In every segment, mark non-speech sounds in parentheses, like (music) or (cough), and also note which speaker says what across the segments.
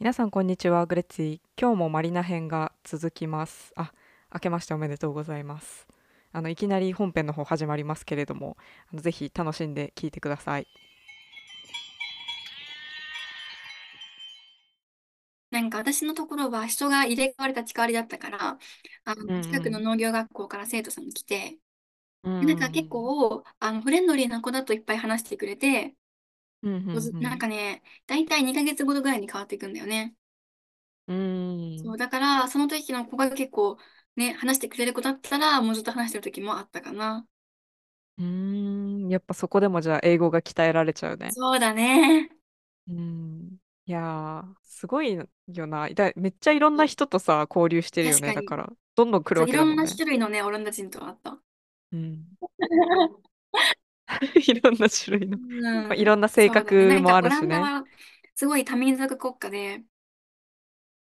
Speaker 1: 皆さんこんにちはグレッツィ今日もマリナ編が続きますあ明けましておめでとうございますあのいきなり本編の方始まりますけれどもあのぜひ楽しんで聞いてください
Speaker 2: なんか私のところは人が入れ替わり立ち替わりだったから、あ
Speaker 1: うんう
Speaker 2: の
Speaker 1: ん
Speaker 2: 近くの農業学校から生徒さん来て、
Speaker 1: な
Speaker 2: なんか結構あのフレンドリーな子だといっぱい話してくれて、おずなんかね、だいたい2ヶ月ごとぐらいに変わっていくんだよね。
Speaker 1: うん
Speaker 2: そう、だからその時の子が結構ね、話してくれる子だったら、もうずっと話してる時もあったかな。
Speaker 1: うんやっぱそこでもじゃあ英語が鍛えられちゃうね
Speaker 2: そうだね。
Speaker 1: うんいやーすごいよなだめっちゃいろんな人とさ交流してるよ
Speaker 2: 確
Speaker 1: ね
Speaker 2: か
Speaker 1: だ
Speaker 2: に。
Speaker 1: からどんどん来る
Speaker 2: そ
Speaker 1: わ
Speaker 2: う、い
Speaker 1: け
Speaker 2: ろ
Speaker 1: だも
Speaker 2: ん
Speaker 1: ん
Speaker 2: な
Speaker 1: ね
Speaker 2: 種類のね、オランダ人と
Speaker 1: (laughs)
Speaker 2: 会った。
Speaker 1: うんいろんな種類の、まあ、(laughs)
Speaker 2: う
Speaker 1: い
Speaker 2: ん、
Speaker 1: ろんな性
Speaker 2: そうだね。な
Speaker 1: 格
Speaker 2: ん
Speaker 1: も
Speaker 2: か
Speaker 1: あ
Speaker 2: オ
Speaker 1: る
Speaker 2: ラ
Speaker 1: し
Speaker 2: ンダ
Speaker 1: ね。
Speaker 2: はすごい多民族国家で、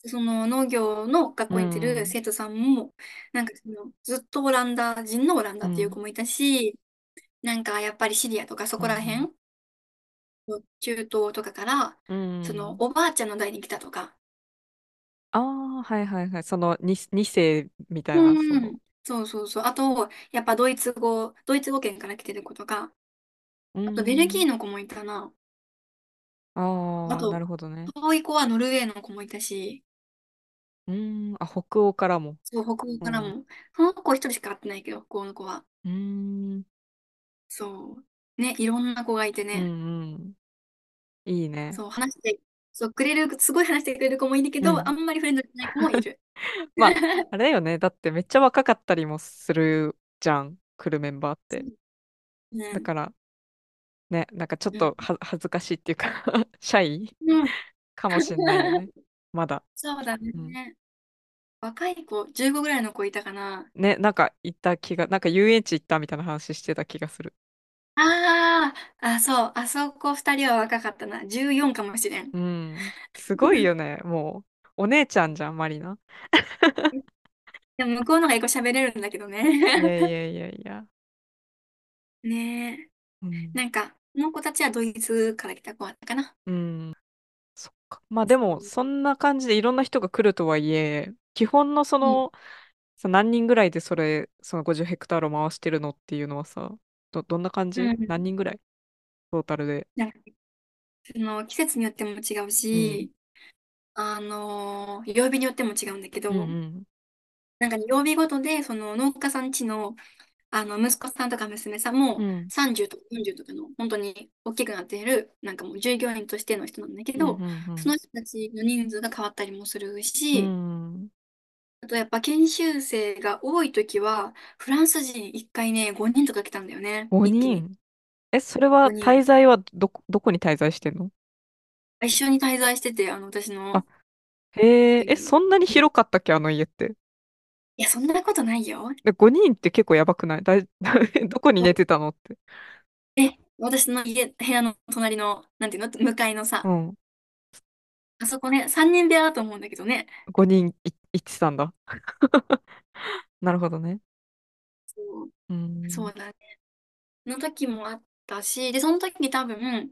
Speaker 2: その農業の学
Speaker 1: う
Speaker 2: 校に行ってる
Speaker 1: ん。
Speaker 2: 生徒さんも、なんかそのずっとオランダ人のオランダ
Speaker 1: う。
Speaker 2: っていうん子もいたし、なんかやっぱりシリアとかそ
Speaker 1: うん。う
Speaker 2: こら
Speaker 1: ん。
Speaker 2: 辺、中東とかから、
Speaker 1: う
Speaker 2: その
Speaker 1: ん
Speaker 2: おばあちゃんの代に来たとか、
Speaker 1: ああ、はいはいはい。その2、二世みたいな、そ
Speaker 2: うんう
Speaker 1: の。
Speaker 2: ん、そうそうそう。あと、やっぱドイツ語、ドイツ語圏から来てる子とか、
Speaker 1: う
Speaker 2: あとベルギー
Speaker 1: ん。
Speaker 2: の子もいたな。あ
Speaker 1: ああ、な
Speaker 2: と、
Speaker 1: るほどね。
Speaker 2: 遠い子はノルウェーの子もいたし、
Speaker 1: うん。あ、北欧からも。
Speaker 2: そう、北欧
Speaker 1: う
Speaker 2: から
Speaker 1: ん。
Speaker 2: も。その子一人しか会ってないけど、北欧の子は。
Speaker 1: うん。
Speaker 2: そう。ね、いろんな子がいて
Speaker 1: う
Speaker 2: ね。
Speaker 1: んうん。いいね。
Speaker 2: そう、話して、そう、くれる、すごい話してくれる子もいるけ
Speaker 1: う
Speaker 2: ど、あ
Speaker 1: ん。
Speaker 2: んまりフレンドリーじゃない子もい
Speaker 1: (laughs)
Speaker 2: る。
Speaker 1: まあ、あれだよね。だってめっちゃ若かったりもするじゃん。来るメンバーっ
Speaker 2: そ
Speaker 1: て。
Speaker 2: う
Speaker 1: だ
Speaker 2: ね、
Speaker 1: から、ね、なんかちょっ
Speaker 2: う
Speaker 1: と
Speaker 2: ん。
Speaker 1: は恥ずかしいっていうか (laughs) シャイ
Speaker 2: うん。
Speaker 1: かもしんないよ
Speaker 2: (laughs)
Speaker 1: ね。まだ。
Speaker 2: そうだ
Speaker 1: うん。
Speaker 2: ね。若い子、15ぐらいの子いたかな。
Speaker 1: ね、なんか行った気が、なんか遊園地行ったみたいな話してた気がする。
Speaker 2: ああ、あ、そう、あそこ2人は若かったな。14かもしれん。
Speaker 1: うん。すごいよね、もう。お姉ちゃんじゃん、マリナ。
Speaker 2: でも、向こうの方が英語喋れるんだけど
Speaker 1: いやい
Speaker 2: ね。
Speaker 1: やいやいや。
Speaker 2: (laughs) ねえ。
Speaker 1: うん。
Speaker 2: (laughs) なんか、この子たちはドイツから来た子だったかな。
Speaker 1: うん。そっか。まあで
Speaker 2: そ
Speaker 1: も、
Speaker 2: う。
Speaker 1: そんな感じでいろんな人が来るとはいえ、基本のそ
Speaker 2: うん。
Speaker 1: の、さ何人ぐらいでそれ、その50ヘクタールを回してるのっていうのはさ、ど、どんな感
Speaker 2: う
Speaker 1: じ何
Speaker 2: ん。
Speaker 1: 人ぐらいトータルで。
Speaker 2: なんか、その、季節によっても違う
Speaker 1: うん。
Speaker 2: し、あのー曜日によっても違うんだけ
Speaker 1: うんう
Speaker 2: ど、
Speaker 1: ん。
Speaker 2: なんかね曜日ごとで、その農家さんちの、あの息子さんとか娘さん
Speaker 1: う
Speaker 2: も
Speaker 1: ん。
Speaker 2: 30とか40とかの本当に大きくなっている、なんかもう従業員としての人なんだけ
Speaker 1: うん
Speaker 2: ど、その人たちの人数が変わったりもする
Speaker 1: うんう
Speaker 2: し、
Speaker 1: ん。うん。
Speaker 2: あとやっぱ研修生が多い時は、フランス人1回ね、5人とか来たんだよね、一気
Speaker 1: 5
Speaker 2: に。
Speaker 1: 人。え、それは
Speaker 2: 5人。
Speaker 1: 滞在はどこ、どこに滞在してんの
Speaker 2: 一緒に滞在してて、あの私
Speaker 1: あ、
Speaker 2: の
Speaker 1: へえ、
Speaker 2: 家
Speaker 1: え、
Speaker 2: に。
Speaker 1: そんなに
Speaker 2: うん
Speaker 1: 広かったっけ、あの家って。
Speaker 2: いや、そんなことないよ。
Speaker 1: で、5人って結構やばくないだい、 (laughs) どこに寝てたのって。
Speaker 2: え、私の家、部屋の隣の、なんていうの、向かいの
Speaker 1: う
Speaker 2: さ、
Speaker 1: ん。
Speaker 2: あそこね、3人部屋だと思うんだけどね。
Speaker 1: 5人い、行ってたんだ。 (laughs) なるほどね。
Speaker 2: そう、
Speaker 1: うー
Speaker 2: そ
Speaker 1: ん。
Speaker 2: うだね。の時もあったし、で、その時多分、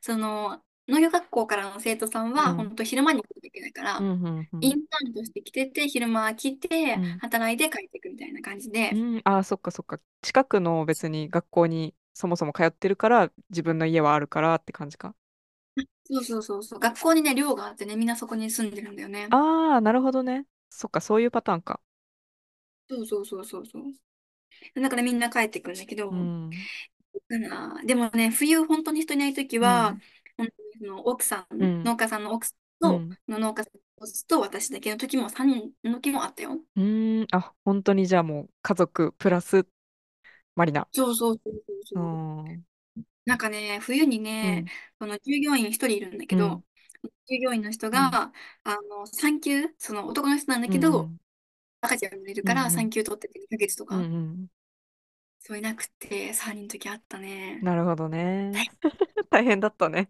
Speaker 2: その、農業学校からの生徒さん
Speaker 1: う
Speaker 2: は、
Speaker 1: ん。
Speaker 2: 本当昼間に来なきゃいけないか
Speaker 1: う
Speaker 2: ら、
Speaker 1: ん、うん、う
Speaker 2: イ
Speaker 1: ん。
Speaker 2: ンターンとして来てて、昼間来
Speaker 1: う
Speaker 2: て、
Speaker 1: ん。
Speaker 2: 働いて帰ってくみたいな感じ
Speaker 1: う
Speaker 2: で、
Speaker 1: ん、ああ、そっかそっか。近くの別に学校にそもそも通ってるから、自分の家はあるからって感じか。
Speaker 2: そうそうそうそう、学校にね、寮があってね、みんなそこに住んでるんだよね。
Speaker 1: ああ、なるほどね。そっか、そういうパターンか。
Speaker 2: そうそうそうそうそう。だからみんな帰ってくんだけど、
Speaker 1: うん。
Speaker 2: だからでもね、冬本当に人いないとき
Speaker 1: う
Speaker 2: は、
Speaker 1: ん。
Speaker 2: 本当にその奥さ、
Speaker 1: うんん。
Speaker 2: 農家さんの奥さん
Speaker 1: う
Speaker 2: と、
Speaker 1: ん。
Speaker 2: の農家さんの父と私だけの時も3人の時もあったよ。
Speaker 1: うーん、あ、本当にじゃあもう家族プラスマリナ。
Speaker 2: そうそうそうそう
Speaker 1: うー
Speaker 2: そう。
Speaker 1: ん、
Speaker 2: なんかね、冬に
Speaker 1: う
Speaker 2: ね、
Speaker 1: ん、
Speaker 2: その従業員一人いるんだ
Speaker 1: う
Speaker 2: け
Speaker 1: ん、
Speaker 2: ど、従業員の人
Speaker 1: うん、
Speaker 2: が、あの、産休、その男の人なんだ
Speaker 1: う
Speaker 2: けど、
Speaker 1: ん、
Speaker 2: 赤ちゃんがいる
Speaker 1: うん、
Speaker 2: か
Speaker 1: う
Speaker 2: ら産
Speaker 1: ん、
Speaker 2: 休取ってて2ヶ月と
Speaker 1: うんう
Speaker 2: か、
Speaker 1: んうん
Speaker 2: そういなくて、3人の時あったね。
Speaker 1: なるほどね。(laughs)
Speaker 2: 大
Speaker 1: 大変だったね。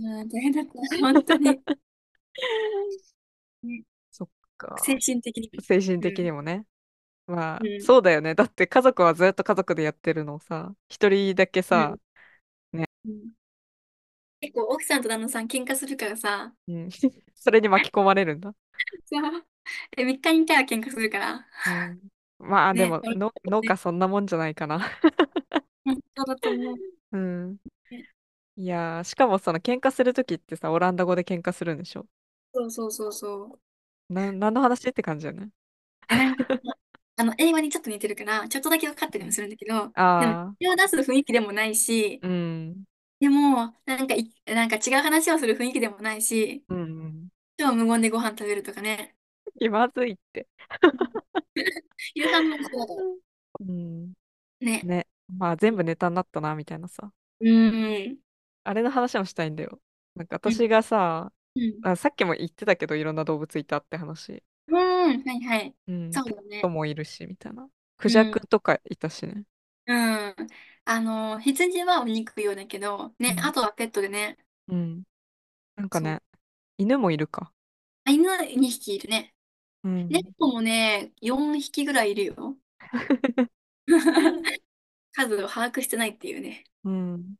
Speaker 2: うん大変だった、本当
Speaker 1: (laughs)
Speaker 2: に。ね
Speaker 1: そっ
Speaker 2: 精
Speaker 1: か。
Speaker 2: 神的にも。
Speaker 1: 精神
Speaker 2: う
Speaker 1: 的
Speaker 2: ん。
Speaker 1: にもね。ま
Speaker 2: う
Speaker 1: あ、
Speaker 2: ん。
Speaker 1: そうだよね。だって家族はずっと家族でやってるのをさ、一人だけ
Speaker 2: う
Speaker 1: さ、
Speaker 2: ん。うん結構奥さんと旦那さん喧嘩するからさ、
Speaker 1: うん、 (laughs) それに巻き込まれるんだ。
Speaker 2: そうで、3日に1回は喧嘩するから。
Speaker 1: うん、まあで
Speaker 2: ね、
Speaker 1: もの農家そんなもんじゃないかな。 (laughs)
Speaker 2: 本当だと思う。
Speaker 1: うん。いやー、しかもその喧嘩するときってさ、オランダ語で喧嘩するんでしょ
Speaker 2: そうそうそうそう。
Speaker 1: な、何の話って感じじゃない
Speaker 2: あ、なんか、あの、英語にちょっと似てるから、ちょっとだけ分かったりもするんだけど、でも、
Speaker 1: ああ
Speaker 2: 手を出す雰囲気でもないし、
Speaker 1: ー、
Speaker 2: (laughs)
Speaker 1: うん、
Speaker 2: でも、なんかい、なんか違う話をする雰囲気でもないし、
Speaker 1: うん。
Speaker 2: 今日無言でご飯食べるとかね。
Speaker 1: 気まずいって。
Speaker 2: 夕飯もそうだから。
Speaker 1: うん。
Speaker 2: ね。
Speaker 1: ね。まあ全部ネタになったな、みたいなさ。
Speaker 2: うん。
Speaker 1: あれの話もしたいんだよ。なんか
Speaker 2: うん。
Speaker 1: 私がさ、
Speaker 2: うん。
Speaker 1: あ、さっきも言ってたけど、いろんな動物いたって話。
Speaker 2: うん。はいはい。
Speaker 1: うん。
Speaker 2: そう
Speaker 1: ペッ
Speaker 2: だ
Speaker 1: ト
Speaker 2: ね。
Speaker 1: もいるし、みたいな。ク
Speaker 2: う
Speaker 1: ジャク
Speaker 2: ん。
Speaker 1: とかいたしね。
Speaker 2: うん。あの、羊はお肉用だけど、
Speaker 1: う
Speaker 2: ね、
Speaker 1: ん。
Speaker 2: あとはペットでね。
Speaker 1: うん。なんか
Speaker 2: そう。
Speaker 1: ね、犬もいるか。
Speaker 2: あ、犬2匹いるね。
Speaker 1: うん。
Speaker 2: 猫もね、4匹ぐらいいるよ。 (laughs) 数を把握してないっていうね。
Speaker 1: (laughs) うん。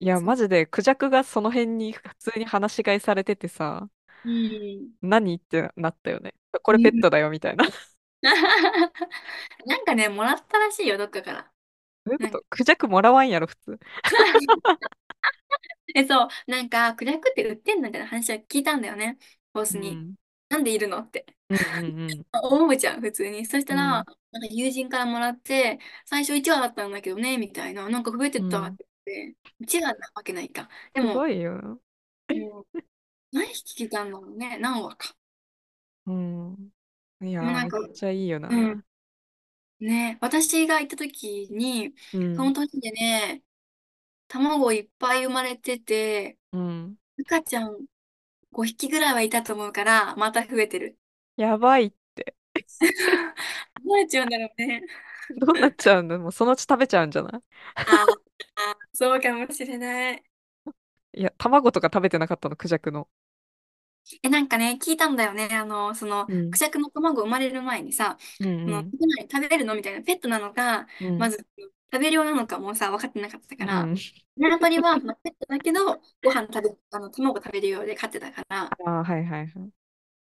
Speaker 1: いや、
Speaker 2: そ
Speaker 1: マジで、クジャクがその辺に普通に放し飼いされててさ、
Speaker 2: う。うん。
Speaker 1: 何ってなったよね。こ
Speaker 2: う
Speaker 1: れペッ
Speaker 2: ん
Speaker 1: トだよ、みたいな。ど
Speaker 2: (laughs) なんかね、もらったらしいよ、どっかから。
Speaker 1: ういうこ
Speaker 2: なんか
Speaker 1: と (laughs) クジャクもらわんやろ、普通。
Speaker 2: え、そう、なんか、クジャクって売ってんのみたいな話は聞いたんだよね、ボ
Speaker 1: う
Speaker 2: スに。
Speaker 1: ん。
Speaker 2: なんでいるのって。
Speaker 1: うんうん
Speaker 2: あ思うじゃん、普通に。そし
Speaker 1: う
Speaker 2: た
Speaker 1: ん。
Speaker 2: ら、なんか友人からもらって、最初1羽だったんだけどね、みたいな。なんか増えて
Speaker 1: う
Speaker 2: っ
Speaker 1: ん。
Speaker 2: た
Speaker 1: う
Speaker 2: っ
Speaker 1: ん。
Speaker 2: て言って、1羽なわけないか。 (laughs) です
Speaker 1: ご
Speaker 2: も、
Speaker 1: いよ。
Speaker 2: うん何匹聞いたんだろうね、何羽か。
Speaker 1: うん。い
Speaker 2: で
Speaker 1: や
Speaker 2: も
Speaker 1: ー、
Speaker 2: なん
Speaker 1: めっ
Speaker 2: か、
Speaker 1: ちゃいいよ
Speaker 2: う
Speaker 1: な。
Speaker 2: ん。ね、私が行った時に、
Speaker 1: う
Speaker 2: その
Speaker 1: ん。
Speaker 2: 時でね、卵いっぱい生まれてて、
Speaker 1: うん。
Speaker 2: 赤ちゃん5匹ぐらいはいたと思うから、また増えてる。
Speaker 1: やばいって。
Speaker 2: どうなっちゃうんだろうね。
Speaker 1: (laughs) どうなっちゃうんだもうそのうち食べちゃうんじゃない
Speaker 2: あーあー、そうかもしれない。
Speaker 1: いや、卵とか食べてなかったの、クジャクの。
Speaker 2: え、なんかね、聞いたんだよね。あの、その、
Speaker 1: う
Speaker 2: ク
Speaker 1: ん。
Speaker 2: ジャクの卵生まれる前にさ、
Speaker 1: うん
Speaker 2: そうの、
Speaker 1: ん。
Speaker 2: 食べない食べれるのみたいな、ペットなのか、
Speaker 1: う
Speaker 2: ま
Speaker 1: ん。
Speaker 2: ず、食べ量なのかもさ、分かってなかった
Speaker 1: う
Speaker 2: から、
Speaker 1: ん。
Speaker 2: 鶏は、まあ、ペットだけど、ご飯食べ、あの、卵食べるようで飼ってたから、
Speaker 1: ああ、はいはいはい。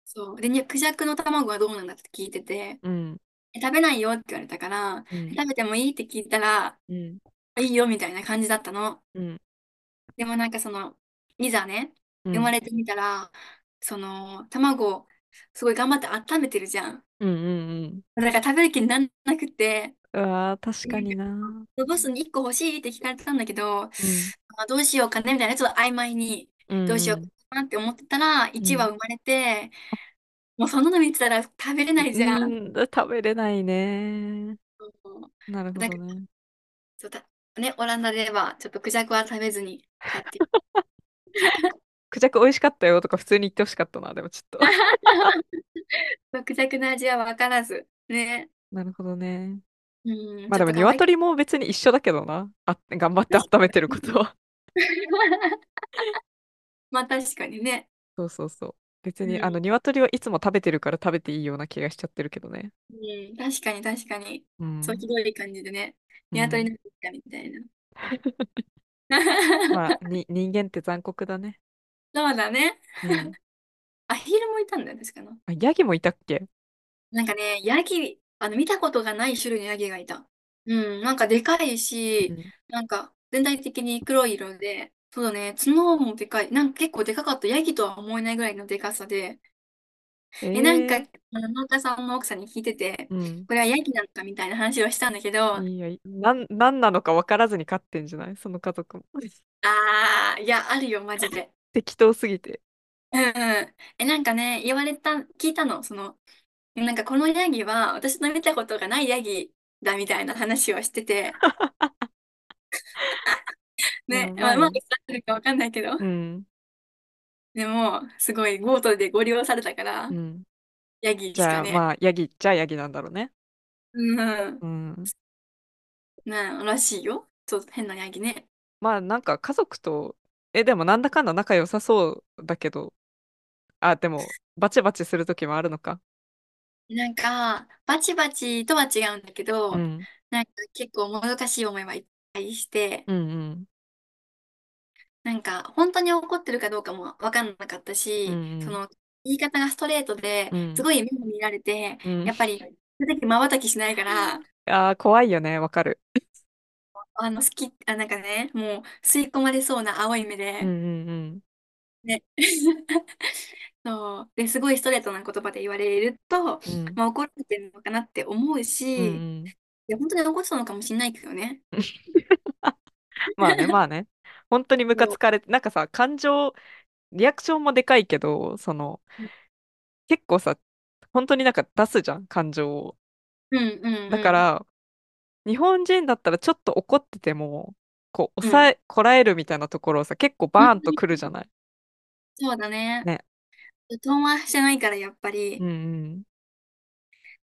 Speaker 2: そう。で、にクジャクの卵はどうなんだって聞いてて、
Speaker 1: うん。
Speaker 2: え食べないよって言われたから、
Speaker 1: う
Speaker 2: え
Speaker 1: ん。
Speaker 2: 食べてもいいって聞いたら、
Speaker 1: うん。
Speaker 2: いいよみたいな感じだったの。
Speaker 1: うん。
Speaker 2: でもなんかその、いざね、
Speaker 1: う
Speaker 2: 生ま
Speaker 1: ん。
Speaker 2: れてみたら、その、卵をすごい頑張って温めてるじゃん。
Speaker 1: うんうんうん。
Speaker 2: だから食べる気にならなくて、
Speaker 1: うわー、確か
Speaker 2: なん
Speaker 1: に
Speaker 2: か
Speaker 1: な。
Speaker 2: ボスに1個欲しいって聞かれてたんだけど、
Speaker 1: うん。
Speaker 2: あ、どうしようかねみたいな、ちょっと曖昧に、
Speaker 1: う
Speaker 2: どうしよ
Speaker 1: ん
Speaker 2: うかなって思ってたら、
Speaker 1: う
Speaker 2: 1羽
Speaker 1: ん。
Speaker 2: 生まれて、もうそんなの見てたら食べれないじゃ。
Speaker 1: うんん、うん食べれないね。
Speaker 2: そう
Speaker 1: なるほ
Speaker 2: だ
Speaker 1: ど
Speaker 2: から、
Speaker 1: ね。
Speaker 2: そうだ、ね、オランダでは、ちょっとクジャクは食べずに飼って (laughs) い
Speaker 1: クジャク美味しかったよとか普通に言ってほしかったな、でもち
Speaker 2: (laughs)
Speaker 1: ょっと。
Speaker 2: る。クジャクの味は分からず、ね、
Speaker 1: なるほどね。
Speaker 2: うん、
Speaker 1: まあ
Speaker 2: ちょ
Speaker 1: でも
Speaker 2: っとかわい
Speaker 1: 鶏も別に一緒だけどな。あ、頑張って温めてることは。
Speaker 2: い。 (laughs) まあ確かにね。
Speaker 1: そうそうそう。別
Speaker 2: う
Speaker 1: にあの
Speaker 2: ん、
Speaker 1: 鶏はいつも食べてるから食べていいような気がしちゃってるけどね。
Speaker 2: うん、確かに確かに。
Speaker 1: う
Speaker 2: そう、ひ
Speaker 1: ん。
Speaker 2: どい感じでね。
Speaker 1: う
Speaker 2: 鶏
Speaker 1: ん。
Speaker 2: のピッみ
Speaker 1: (laughs)
Speaker 2: たいな。
Speaker 1: まあ、に、人間って残酷だね。
Speaker 2: そうだね。
Speaker 1: うん。
Speaker 2: (laughs) アヒルもいたんだよ、確かな。
Speaker 1: あ、ヤギもいたっけ
Speaker 2: なんかね、ヤギ、あの、見たことがない種類のヤギがいた。うん、なんかでかいうし、
Speaker 1: ん。
Speaker 2: なんか全体的に黒い色で、そうだね、角もでかい。なんか結構でかかった。ヤギとは思えないぐらいのでかさで。え、なんか、
Speaker 1: ええ
Speaker 2: あの農家さんの奥さんに聞いてて、
Speaker 1: うん。
Speaker 2: これはヤギなのかみたいな話をしたんだけ (laughs) ど、
Speaker 1: いや、いなん、なんなのか分からずに飼ってんじゃないその家族も。 (laughs)
Speaker 2: あー、いや、あるよ、マジで。
Speaker 1: 適当すぎて。
Speaker 2: うんうん。え、なんかね、言われた、聞いたの、その、なんかこのヤギは私の見たことがないヤギだみたいな話をして
Speaker 1: (laughs) や
Speaker 2: て、ね、ま
Speaker 1: ば
Speaker 2: あ、うま
Speaker 1: い
Speaker 2: く
Speaker 1: ね。
Speaker 2: 伝わってるかわかんないけど、
Speaker 1: うん。
Speaker 2: (laughs) でも、すごいゴートでご利用されたか
Speaker 1: う
Speaker 2: ら、
Speaker 1: ん。
Speaker 2: ヤギ
Speaker 1: じ
Speaker 2: しか
Speaker 1: ゃあ、
Speaker 2: ね、
Speaker 1: まあ、ヤギっちゃヤギなんだろうね。
Speaker 2: うん、
Speaker 1: うん。
Speaker 2: (laughs) な、らしいよ。ちょっと変なヤギね。
Speaker 1: まあ、なんか家族と、え、でもなんだかんだ仲良さそうだけど、あ、でも、バチバチする時もあるのか。
Speaker 2: なんか、バチバチとは違うんだけ
Speaker 1: う
Speaker 2: ど、
Speaker 1: ん。
Speaker 2: なんか結構もどかしい思いはいっぱいして、
Speaker 1: うんうん。
Speaker 2: なんか、本当に怒ってるかどうかもわかんなかっ
Speaker 1: う
Speaker 2: た
Speaker 1: ん
Speaker 2: し、
Speaker 1: う
Speaker 2: そ
Speaker 1: ん
Speaker 2: の、言い方がストレートで
Speaker 1: う
Speaker 2: す
Speaker 1: ん
Speaker 2: ごい目も見られて、
Speaker 1: うん。
Speaker 2: やっぱり、その時瞬きしないから、
Speaker 1: ああ、怖いよね、わかる。
Speaker 2: あの、好き、あ、なんかね、もう吸い込まれそうな青い目
Speaker 1: うん
Speaker 2: で、
Speaker 1: うんうん。
Speaker 2: ね。 (laughs) そう。で、すごいストレートな言葉で言われると、
Speaker 1: うん。
Speaker 2: まあ、怒られてるのかなって思う
Speaker 1: うんう
Speaker 2: し、い
Speaker 1: ん。
Speaker 2: や、本当に怒ってたのかもしれないけどね。
Speaker 1: ま (laughs) あね、まあね。本当にムカ
Speaker 2: そ
Speaker 1: つ
Speaker 2: う。
Speaker 1: かれて、なんかさ、感情、リアクションもでかいけど、その、結構さ、本当になんか出すじゃん、感情を。
Speaker 2: うんう
Speaker 1: だか
Speaker 2: ん
Speaker 1: ら、日本人だったらちょっと怒ってても、こう、
Speaker 2: うん。
Speaker 1: 抑え、こらえるみたいなところをさ、結構
Speaker 2: う
Speaker 1: バーンと
Speaker 2: ん。
Speaker 1: くるじゃない。
Speaker 2: そうだね。
Speaker 1: ね。
Speaker 2: 遠回してないから、やっぱ
Speaker 1: う
Speaker 2: り、
Speaker 1: ん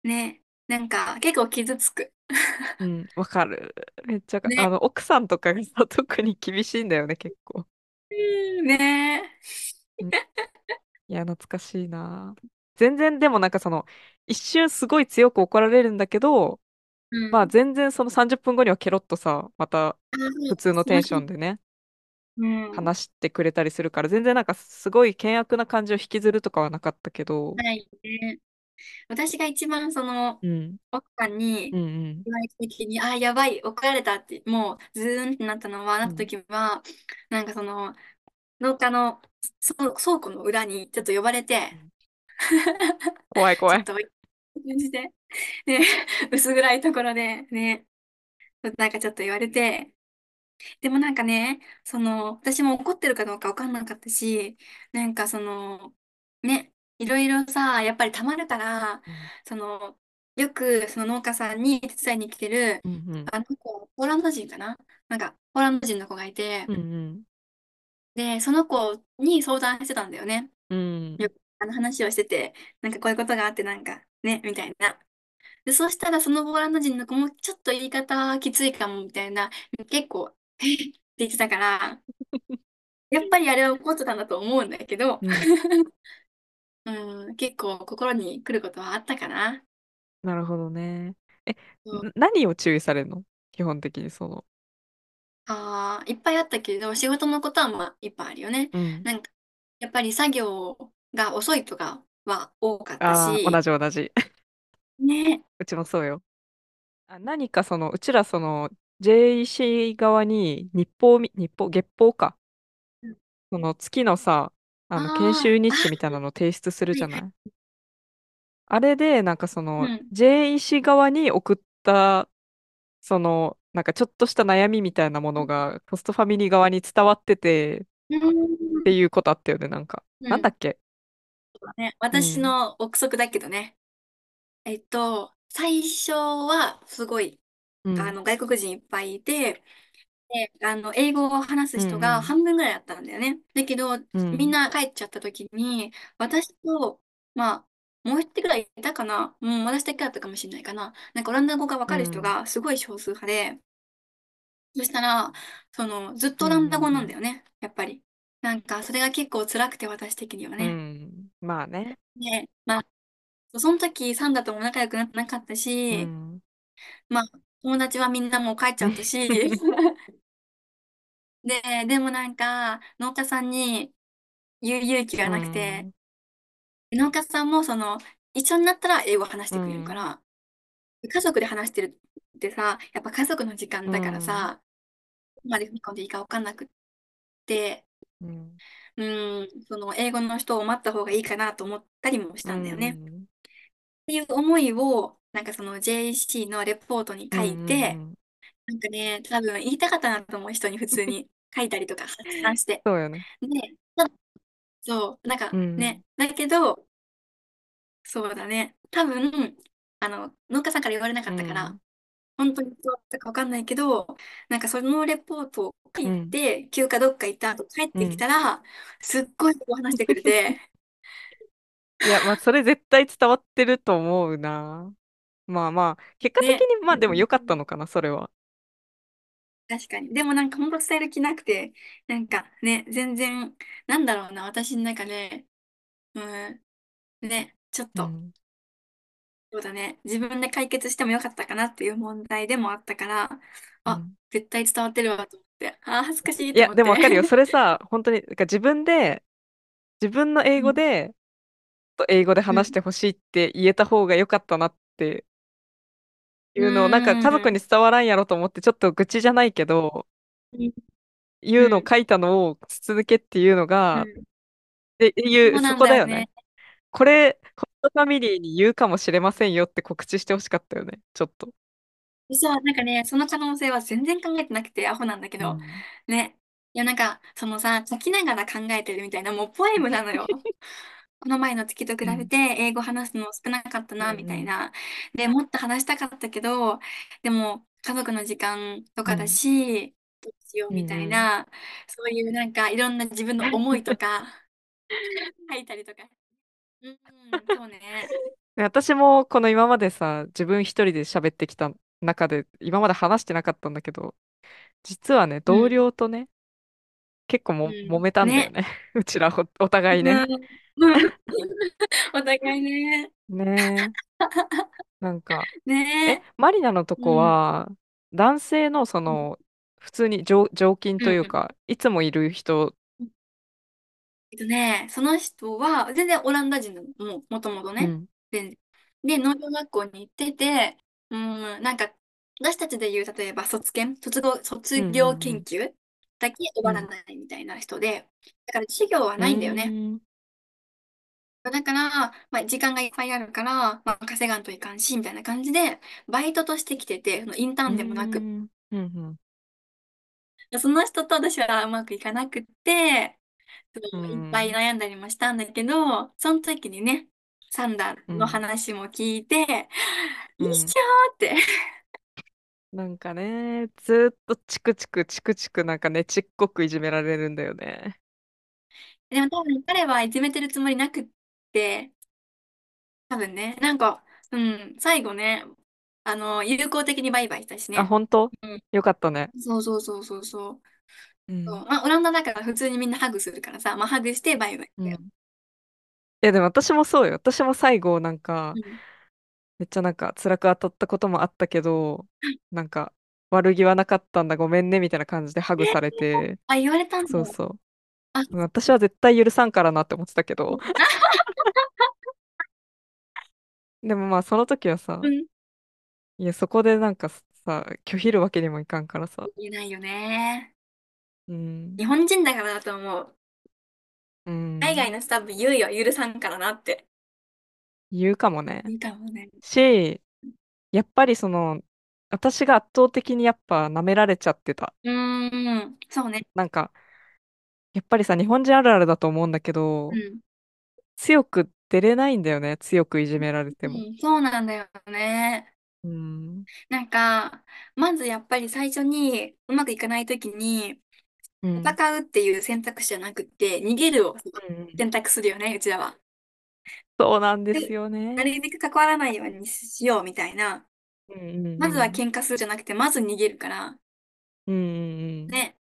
Speaker 2: ね。なんか、結構傷つく。
Speaker 1: うん。うん、わかる。めっちゃか、あ
Speaker 2: ね。
Speaker 1: の、奥さんとかがさ、特に厳しいんだよね、結構。
Speaker 2: うんね。
Speaker 1: うん。いや、懐かしいな。全然、でもなんかその、一瞬すごい強く怒られるんだけど、
Speaker 2: う
Speaker 1: まあ
Speaker 2: ん。
Speaker 1: 全然その30分後にはケロッとさ、また
Speaker 2: あ、
Speaker 1: 普通の
Speaker 2: そ
Speaker 1: テ
Speaker 2: う、
Speaker 1: ン
Speaker 2: そ
Speaker 1: ションでね、
Speaker 2: う。うん。
Speaker 1: 話してくれたりするから、全然なんかすごい険悪な感じを引きずるとかはなかったけど、
Speaker 2: はいね。私が一番、その、
Speaker 1: うん、
Speaker 2: 奥さんに
Speaker 1: うんうん、
Speaker 2: 言われた時に、ああ、やばい、怒られたって、もう、ズーンってなったのは、な
Speaker 1: う
Speaker 2: った
Speaker 1: ん、
Speaker 2: 時は、なんかその、農家のそ倉庫の裏にちょっと呼ばれ
Speaker 1: う
Speaker 2: て、
Speaker 1: ん怖い怖
Speaker 2: ちょっ
Speaker 1: い。
Speaker 2: と、感じで、 (laughs) ね、薄暗いところで、ね、なんかちょっと言われて、でもなんかね、その、私も怒ってるかどうかわかんなかったし、なんかその、ね、いろいろさ、やっぱりたまるから、
Speaker 1: うん、
Speaker 2: その、よくその農家さんに手伝いに来てる、
Speaker 1: うん、うん、
Speaker 2: あの子、ポーランド人かななんか、ポーランド人の子がいて、
Speaker 1: うん、
Speaker 2: で、その子に相談してたんだよね。
Speaker 1: うん、
Speaker 2: よくあの話をしてて、なんかこういうことがあって、なんかね、みたいな。で、そうしたらそのポーランド人の子もちょっと言い方きついかも、みたいな、結構、えっって言ってたから、
Speaker 1: (laughs)
Speaker 2: やっぱりあれは怒ってたんだと思うんだけど、 (laughs)
Speaker 1: うん。
Speaker 2: うん、結構心に来ることはあったかな。
Speaker 1: なるほどね。え、
Speaker 2: そう
Speaker 1: な何を注意されるの基本的にその。
Speaker 2: ああ、いっぱいあったけれど、仕事のことはまあいっぱいあるよね。
Speaker 1: うん。
Speaker 2: なんか、やっぱり作業が遅いとかは多かった
Speaker 1: ああ、同
Speaker 2: し、
Speaker 1: じ同じ。
Speaker 2: ね、
Speaker 1: うちもそうよ。あ、何かその、うちらその、JEC 側に日報み、日報、月報か。
Speaker 2: うん
Speaker 1: その月のさ、あの、研
Speaker 2: あ
Speaker 1: 修
Speaker 2: あ、
Speaker 1: 日
Speaker 2: あ、
Speaker 1: 誌みたいなのを提出する
Speaker 2: は
Speaker 1: じゃ
Speaker 2: い
Speaker 1: な
Speaker 2: はいい。
Speaker 1: あれで、なんかそうの、
Speaker 2: ん、
Speaker 1: JEC 側に送った、その、なんかちょっとした悩みみたいなものが、ホストファミリー側に伝わってて、っ
Speaker 2: う
Speaker 1: て
Speaker 2: ん、
Speaker 1: いうことあったよね、なんか。
Speaker 2: う
Speaker 1: なんだ
Speaker 2: ん、
Speaker 1: っけ
Speaker 2: そうだね、
Speaker 1: う
Speaker 2: 私
Speaker 1: ん。
Speaker 2: の憶測だけどね、えっと、最初はすごい、
Speaker 1: う
Speaker 2: あ
Speaker 1: ん。
Speaker 2: の、外国人いっぱいいて、で、あの、英語を話す
Speaker 1: う
Speaker 2: 人が
Speaker 1: ん
Speaker 2: 半分ぐらいだったんだよね。だけど、
Speaker 1: うん。う
Speaker 2: みん
Speaker 1: ん。
Speaker 2: な帰っちゃった時に、私と、まあ、もう一人ぐらいいたかな。うん、私だけだったかもしれないかな。なんかオランダ語がわ
Speaker 1: う
Speaker 2: かる人
Speaker 1: ん。
Speaker 2: がすごい少数派で、そしたら、その、ずっ
Speaker 1: う
Speaker 2: とオランダ
Speaker 1: ん。
Speaker 2: 語
Speaker 1: う
Speaker 2: なん
Speaker 1: ん。
Speaker 2: だよね、やっぱり。なんか、それが結構辛くて、私的には
Speaker 1: う
Speaker 2: ね。
Speaker 1: んまあね。
Speaker 2: で、まあ、その時、サンダとも仲良くなってなかった
Speaker 1: う
Speaker 2: し、
Speaker 1: ん。
Speaker 2: まあ、友達はみんなもう帰っちゃった
Speaker 1: (laughs)
Speaker 2: し、で、でもなんか、農家さんに言う勇気が
Speaker 1: う
Speaker 2: なくて、
Speaker 1: ん。
Speaker 2: 農家さんもその、一緒になったら英語話し
Speaker 1: う
Speaker 2: てくれるか
Speaker 1: ん。
Speaker 2: ら、家族で話してるってさ、やっぱ家族の時間
Speaker 1: う
Speaker 2: だから
Speaker 1: ん。
Speaker 2: さ、どこまで踏み込んでいいか分かんなくって、
Speaker 1: うん
Speaker 2: うん、その英語の人を待った方がいいかなと思ったりもし
Speaker 1: う
Speaker 2: たんだよね。っ
Speaker 1: ん
Speaker 2: ていう思いを、なんかその JEC のレポートに
Speaker 1: う
Speaker 2: 書
Speaker 1: ん
Speaker 2: いうて、
Speaker 1: ん
Speaker 2: なんかね、多分言いたかったなと思う人に普通に書いたりとか発散して。
Speaker 1: そうよね。
Speaker 2: で、ただそう、なん
Speaker 1: う
Speaker 2: かね、
Speaker 1: ん。
Speaker 2: だけど、そうだね。多分、あの、農家さんから言われなか
Speaker 1: う
Speaker 2: ったから、
Speaker 1: ん。
Speaker 2: 本当にそうだったかわかんないけど、なんかそのレポートを書
Speaker 1: う
Speaker 2: い
Speaker 1: ん。
Speaker 2: て、休暇どっか行った後帰っ
Speaker 1: う
Speaker 2: てき
Speaker 1: ん。
Speaker 2: たら、すっごいこう話してくれて、
Speaker 1: いや、まあ、それ絶対伝わってると思うな。まあまあ、結果的
Speaker 2: ね。
Speaker 1: に、ま
Speaker 2: う
Speaker 1: あでも良かった
Speaker 2: ん
Speaker 1: のかな、それは。
Speaker 2: 確かに。でもなんか本当伝える気なくて、なんかね、全然、なんだろうな、私の中で、うん、ね、ちょっ
Speaker 1: う
Speaker 2: と、
Speaker 1: ん。
Speaker 2: そうだね、自分で解決してもよかったかなっていう問題でもあったから、
Speaker 1: う
Speaker 2: あ、
Speaker 1: ん。
Speaker 2: 絶対伝わってるわと。 。あー、恥ずかしい
Speaker 1: い
Speaker 2: と
Speaker 1: や、
Speaker 2: 思っ
Speaker 1: でもわかるよ。
Speaker 2: て。
Speaker 1: それさ、本当に、なんか自分で、自分の英
Speaker 2: う
Speaker 1: 語
Speaker 2: ん。
Speaker 1: で、英語で
Speaker 2: う
Speaker 1: 話して
Speaker 2: ん。
Speaker 1: ほしいって言えた方が良かったなっていううのを、なんか家族
Speaker 2: ー
Speaker 1: に
Speaker 2: ん。
Speaker 1: 伝わらんやろと思って、ちょっと愚痴じゃないけど、
Speaker 2: (laughs) う
Speaker 1: 言うのを
Speaker 2: ん。
Speaker 1: 書いたのを続けっていうの
Speaker 2: う
Speaker 1: が、
Speaker 2: ん。
Speaker 1: で、言、
Speaker 2: そううな
Speaker 1: そ
Speaker 2: ん
Speaker 1: こ
Speaker 2: だ
Speaker 1: だ
Speaker 2: よ
Speaker 1: よね。
Speaker 2: ね。
Speaker 1: これ、ホストファミリーに言うかもしれませんよって告知してほしかったよね。ちょっと。
Speaker 2: 実はなんかね、その可能性は全然考えてなくて、アホなんだけ
Speaker 1: う
Speaker 2: ど。
Speaker 1: ん。
Speaker 2: ね。いや、なんか、そのさ、書きながら考えてるみたいな、もうポエムな
Speaker 1: (laughs)
Speaker 2: のよ。この前の月と比
Speaker 1: う
Speaker 2: べ
Speaker 1: ん。
Speaker 2: て英語話すの少なかった
Speaker 1: うん
Speaker 2: な、みたい
Speaker 1: うん
Speaker 2: な。で、もっと話したかったけど、でも家族の時間と
Speaker 1: う
Speaker 2: かだ
Speaker 1: ん
Speaker 2: し、どうしよう
Speaker 1: うん
Speaker 2: みたい
Speaker 1: うん
Speaker 2: な、そういうなんかいろんな自分の思い
Speaker 1: (laughs)
Speaker 2: とか書いたりとか。 (laughs) うん、そうね。
Speaker 1: で私もこの今までさ、自分一人で喋ってきた中で、今まで話してなかったんだけど、実はね、
Speaker 2: う
Speaker 1: 同
Speaker 2: ん、
Speaker 1: 僚とね、結構
Speaker 2: う
Speaker 1: も揉
Speaker 2: ん。
Speaker 1: めたんだよ
Speaker 2: ね。
Speaker 1: ね。 (laughs) うちらお、お互いね。
Speaker 2: うん、うん。 (laughs) お互いね。
Speaker 1: ねえ。なんか、え、
Speaker 2: ね。
Speaker 1: マリナのと
Speaker 2: う
Speaker 1: こ
Speaker 2: ん、
Speaker 1: は、男性のそ
Speaker 2: うん、
Speaker 1: の、普通に常、常勤
Speaker 2: う
Speaker 1: というか、
Speaker 2: ん。
Speaker 1: いつもいる人、
Speaker 2: えっとね、その人は全然オランダ人なの、もう、もともと
Speaker 1: う
Speaker 2: ね。
Speaker 1: ん、
Speaker 2: 全然で、農業学校に行ってて、うん、なんか、私たちで言う、例えば卒研、卒業、
Speaker 1: う
Speaker 2: 卒
Speaker 1: ん、
Speaker 2: 業研究だけ終
Speaker 1: うん、う
Speaker 2: わら
Speaker 1: ん。
Speaker 2: ないみたいな人で、だから授業は
Speaker 1: うー
Speaker 2: ないんだよね。
Speaker 1: ん、
Speaker 2: だから、まあ、時間がいっぱいあるから、まあ、稼がんといかんし、みたいな感じで、バイトとして来てて、そのインター
Speaker 1: うー
Speaker 2: ンでもなく、
Speaker 1: ん、うん、うん、
Speaker 2: その人と私はうまくいかなくって、
Speaker 1: う
Speaker 2: そういっぱい
Speaker 1: ん、
Speaker 2: 悩んだりもしたんだけど、その時にね、サンダ
Speaker 1: う
Speaker 2: の
Speaker 1: ん、
Speaker 2: 話も聞いて、
Speaker 1: う
Speaker 2: 一
Speaker 1: ん。
Speaker 2: 緒って。
Speaker 1: なんかね、ずーっとチクチクチクチクなんかね、ちっこくいじめられるんだよね。
Speaker 2: でも多分彼はいじめてるつもりなくって、多分ね、なんか、うん、最後ね、あの、友好的にバイバイしたし
Speaker 1: あ、
Speaker 2: ね。
Speaker 1: 本当
Speaker 2: うん。
Speaker 1: よかったね。
Speaker 2: そうそうそうそうそう。
Speaker 1: う
Speaker 2: そ
Speaker 1: ん。
Speaker 2: うまあ、オランダだから普通にみんなハグするからさ、まあ、ハグしてバイバイ
Speaker 1: う
Speaker 2: だよ。
Speaker 1: ん。いや、でも私もそうよ。私も最後なん
Speaker 2: う
Speaker 1: か、
Speaker 2: ん。
Speaker 1: めっちゃなんか辛く当たったこともあったけど、なんか、悪気はなかったんだ、ごめんね、みたいな感じでハ
Speaker 2: え
Speaker 1: グされて、
Speaker 2: あ、言われたんだ。
Speaker 1: そうそう。
Speaker 2: あ、
Speaker 1: 私は絶対許さんからなって思ってたけど、 (laughs) でもまあその時は
Speaker 2: う
Speaker 1: さ、
Speaker 2: ん。
Speaker 1: いや、そこでなんかさ、拒否るわけにもいかんからさ。
Speaker 2: 言えないよね。
Speaker 1: う
Speaker 2: 日
Speaker 1: ん。
Speaker 2: 本人だからだと思う。
Speaker 1: う
Speaker 2: 海外
Speaker 1: ん。
Speaker 2: のスタッフ言うよ、許さんからなって。
Speaker 1: 言うかもね。
Speaker 2: いいかもね。
Speaker 1: し、やっぱりその、私が圧倒的にやっぱ舐められちゃってた。
Speaker 2: うーん、そうね。
Speaker 1: なんか、やっぱりさ、日本人あるあるだと思うんだけ
Speaker 2: う
Speaker 1: ど、
Speaker 2: ん。
Speaker 1: 強く出れないんだよね。強くいじめられても。
Speaker 2: うん、そうなんだよね。
Speaker 1: うん。
Speaker 2: なんか、まずやっぱり最初にうまくいかないときに、
Speaker 1: うん。
Speaker 2: 戦うっていう選択肢じゃなくて、逃げるを
Speaker 1: うん
Speaker 2: 選択するよね、うちらは。
Speaker 1: そうなんです
Speaker 2: で、
Speaker 1: よ
Speaker 2: な
Speaker 1: ね。
Speaker 2: るべく関わらないようにしようみたいな。
Speaker 1: うんうん
Speaker 2: まずは
Speaker 1: うん。
Speaker 2: 喧嘩するじゃなくて、まず逃げるから。
Speaker 1: うんうん
Speaker 2: ね。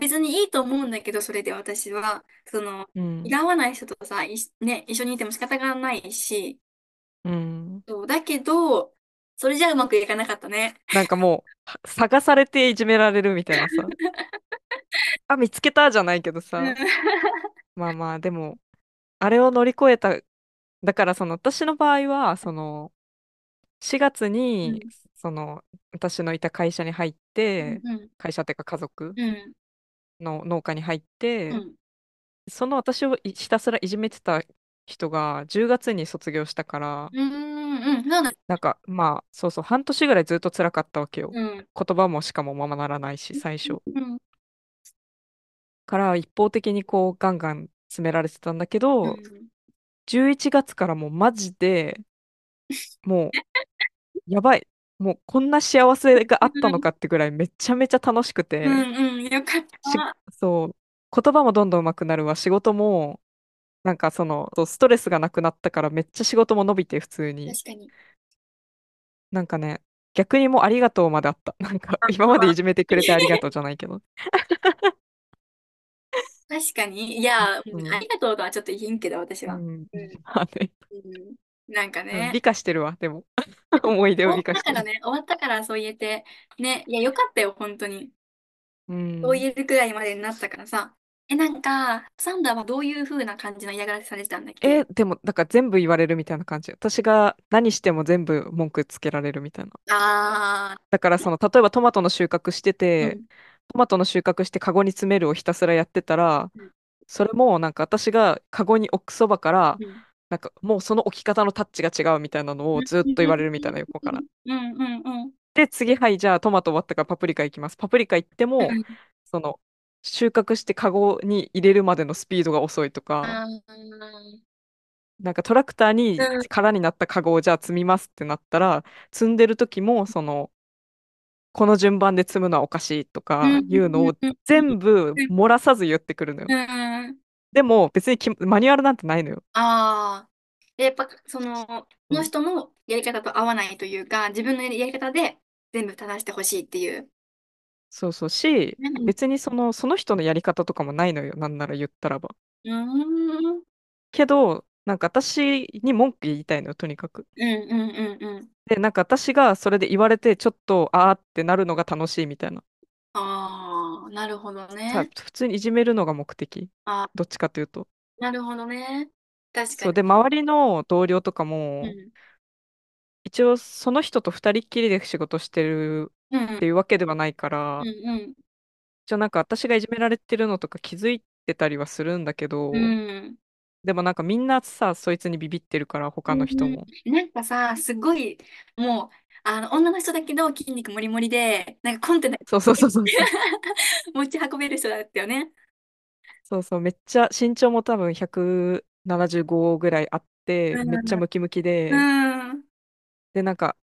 Speaker 2: 別にいいと思うんだけど、それで私は、その、
Speaker 1: うん。う
Speaker 2: 気
Speaker 1: ん。
Speaker 2: が合わない人とさ、いしね、一緒にいても仕方がないし、
Speaker 1: うん。
Speaker 2: そう、だけど、それじゃうまくいかなかったね。
Speaker 1: なんかもう、は探されていじめられるみたいな
Speaker 2: (laughs)
Speaker 1: さ。あ、見つけたじゃないけど
Speaker 2: う
Speaker 1: さ。
Speaker 2: ん。
Speaker 1: まあまあ、でも、あれを乗り越えた。だからその、私の場合は、その、4月
Speaker 2: う
Speaker 1: に、
Speaker 2: ん。
Speaker 1: その、私のいた会社に入っ
Speaker 2: うん。
Speaker 1: て、
Speaker 2: うん。
Speaker 1: 会社っていうか家族
Speaker 2: うん。
Speaker 1: の農家に入っ
Speaker 2: う
Speaker 1: て、
Speaker 2: ん
Speaker 1: その私をいひたすらいじめてた人が10月に卒業したから、
Speaker 2: うん。うんそうだ。
Speaker 1: なんかまあ、そうそう、半年ぐらいずっと辛かったわけよ。
Speaker 2: うん。
Speaker 1: 言葉もしかもままならないし、最初。
Speaker 2: うん。
Speaker 1: から一方的にこう、ガンガン詰められてたんだけ
Speaker 2: う
Speaker 1: ど、
Speaker 2: ん。
Speaker 1: 11月からもうマジ
Speaker 2: (laughs)
Speaker 1: で、もう、やばい。もうこんな幸せがあったのかってぐらいめちゃめちゃ楽しく
Speaker 2: う
Speaker 1: て、
Speaker 2: ん。うん。よかっ
Speaker 1: し、
Speaker 2: た。
Speaker 1: そう、言葉もどんどん上手くなるわ、仕事も、なんかその、そうストレスがなくなったからめっちゃ仕事も伸びて、普通に。
Speaker 2: 確かに。
Speaker 1: なんかね、逆にもうありがとうまであった。なんか、今までいじめてくれてありがとうじゃないけど。
Speaker 2: 確かに。いや、うん
Speaker 1: う
Speaker 2: あ
Speaker 1: ん。
Speaker 2: りがとうとはちょっと言えんけど、私
Speaker 1: う
Speaker 2: は。
Speaker 1: ん。
Speaker 2: うん。
Speaker 1: まあね。
Speaker 2: うんなんか
Speaker 1: うん美
Speaker 2: ね。
Speaker 1: 化してるわ、でも。 (laughs) 思い出を
Speaker 2: 終わ
Speaker 1: 美
Speaker 2: っ
Speaker 1: 化
Speaker 2: た
Speaker 1: し
Speaker 2: か
Speaker 1: て
Speaker 2: ら
Speaker 1: る。
Speaker 2: ね、終わったからそう言えて。ね。いや、よかったよ、本当に。
Speaker 1: う
Speaker 2: そう言
Speaker 1: ん。
Speaker 2: えるくらいまでになったからさ、え、なんか、サンダーはどういう風な感じの嫌がらせされてたんだっ
Speaker 1: え、
Speaker 2: け
Speaker 1: でも、なんか全部言われるみたいな感じ。私が何しても全部文句つけられるみたいな。
Speaker 2: あ
Speaker 1: だから、その、例えばトマトの収穫して
Speaker 2: ー、う
Speaker 1: て、
Speaker 2: ん、
Speaker 1: トマトの収穫してカゴに詰めるをひたすらやってたら、
Speaker 2: うん、
Speaker 1: それもなんか私がカゴに置くそばから、
Speaker 2: うん、
Speaker 1: なんかもうその置き方のタッチが違うみたいなの
Speaker 2: う
Speaker 1: を
Speaker 2: ん、
Speaker 1: ずっと
Speaker 2: う
Speaker 1: 言われ
Speaker 2: ん、
Speaker 1: るみたいな横から。
Speaker 2: うん、うん、うん、
Speaker 1: で、次、はい、じゃあトマト終わったからパプリカ行きます。パプリカ行って
Speaker 2: う
Speaker 1: も、
Speaker 2: ん。
Speaker 1: その、収穫してカゴに入れるまでのスピードが遅いとか、
Speaker 2: あー、
Speaker 1: なんかトラクター
Speaker 2: う
Speaker 1: に
Speaker 2: ん、
Speaker 1: 空になったカゴをじゃあ積みますってなったら、積んでる時も、その、この順番で積むのはおかしいと
Speaker 2: うん、
Speaker 1: かいうの
Speaker 2: うん、
Speaker 1: を全部漏らさず言ってくるのよ。
Speaker 2: うん、うん。
Speaker 1: でも別にきマニュアルなんてないのよ。
Speaker 2: ああ。でやっぱ、その、そうの
Speaker 1: ん。
Speaker 2: 人のやり方と合わないというか、自分のやり方で全部正してほしいっていう。
Speaker 1: そうそうし、
Speaker 2: うん。
Speaker 1: 別にその、その人のやり方とかもないのよ。なんなら言ったらば。
Speaker 2: うーん。うん
Speaker 1: けど、なんか私に文句言いたいのよ、とにかく。
Speaker 2: うんうんうん。
Speaker 1: で、なんか私がそれで言われて、ちょっと、あーってなるのが楽しいみたいな。
Speaker 2: ああ、なるほど
Speaker 1: さ、
Speaker 2: ね。
Speaker 1: 普通にいじめるのが目的。
Speaker 2: あ、
Speaker 1: どっちかというと。
Speaker 2: なるほどね。確か
Speaker 1: そう。
Speaker 2: に。
Speaker 1: で、周りの同僚とか
Speaker 2: う
Speaker 1: も、
Speaker 2: ん。
Speaker 1: 一応その人と二人っきりで仕事してる
Speaker 2: う
Speaker 1: っ
Speaker 2: ん
Speaker 1: ていうわけではないか
Speaker 2: う
Speaker 1: ら、
Speaker 2: ん
Speaker 1: 一応なんか私がいじめられてるのとか気づいてたりはするんだけ
Speaker 2: う
Speaker 1: ど、
Speaker 2: ん。うん。
Speaker 1: でもなんかみんなさ、そいつにビビってるから、他の人も。
Speaker 2: うんなんかさ、すごい、もう、あの、女の人だけど筋肉もりもりで、なんかコンテナ
Speaker 1: そうそうそうそうそう。
Speaker 2: 持ち運べる人だったよね。
Speaker 1: そうそう、めっちゃ身長も多分175ぐらいあっ
Speaker 2: う
Speaker 1: て、めっちゃ
Speaker 2: ん。
Speaker 1: ムキムキで、
Speaker 2: うん。
Speaker 1: で、なんか、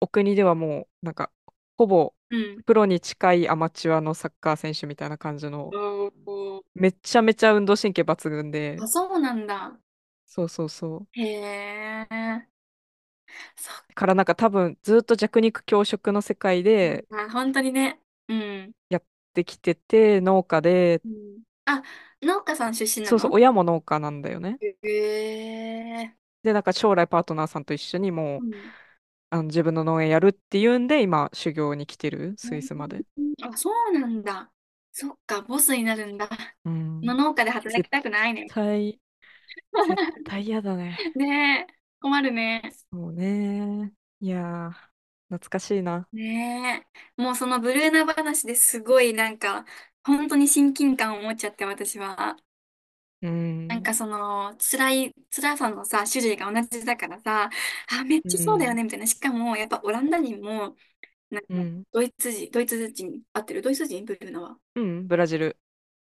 Speaker 1: お国ではもう、なんか、ほぼ
Speaker 2: うん。
Speaker 1: プロに近いアマチュアのサッカー選手みたいな感じの、
Speaker 2: おー
Speaker 1: めちゃめちゃ運動神経抜群で、
Speaker 2: あ、そうなんだ。
Speaker 1: そうそうそう。
Speaker 2: へえ。そっ
Speaker 1: だからなんか多分ずっと弱肉強食の世界で
Speaker 2: か。本当にね。うん。
Speaker 1: やってきてて、農家で、
Speaker 2: うん。あ、農家さん出身な
Speaker 1: そうそう、
Speaker 2: の
Speaker 1: 親も農家なんだよね。
Speaker 2: へえ。
Speaker 1: で、なんか将来パートナーさんと一緒にも
Speaker 2: う
Speaker 1: う、
Speaker 2: ん。
Speaker 1: あの自分の農園やるっていうんで、今、修行に来てる、
Speaker 2: う
Speaker 1: スイスまで。
Speaker 2: んあ、そうなんだ。そっか、ボスになるんだ。
Speaker 1: う
Speaker 2: の
Speaker 1: ん。
Speaker 2: 農家で働き
Speaker 1: 絶
Speaker 2: たくな
Speaker 1: (laughs)
Speaker 2: いね。
Speaker 1: 対、絶対嫌だね。
Speaker 2: ねえ、困るね。
Speaker 1: そうね。いやー、懐かしいな。
Speaker 2: ねえ。もうそのブルーナ話ですごいなんか、本当に親近感を持っちゃって、私は。
Speaker 1: う
Speaker 2: なん
Speaker 1: ん。
Speaker 2: かその辛い辛さのさ種類が同じだからさあめっ
Speaker 1: う
Speaker 2: ちゃそうだよ
Speaker 1: ん。
Speaker 2: ねみたいなしかもやっぱオランダ人もなん
Speaker 1: う
Speaker 2: か
Speaker 1: ん。
Speaker 2: ドイツ人ドイツ人合ってるドイツ人ブルーナは
Speaker 1: うん、ブラジル。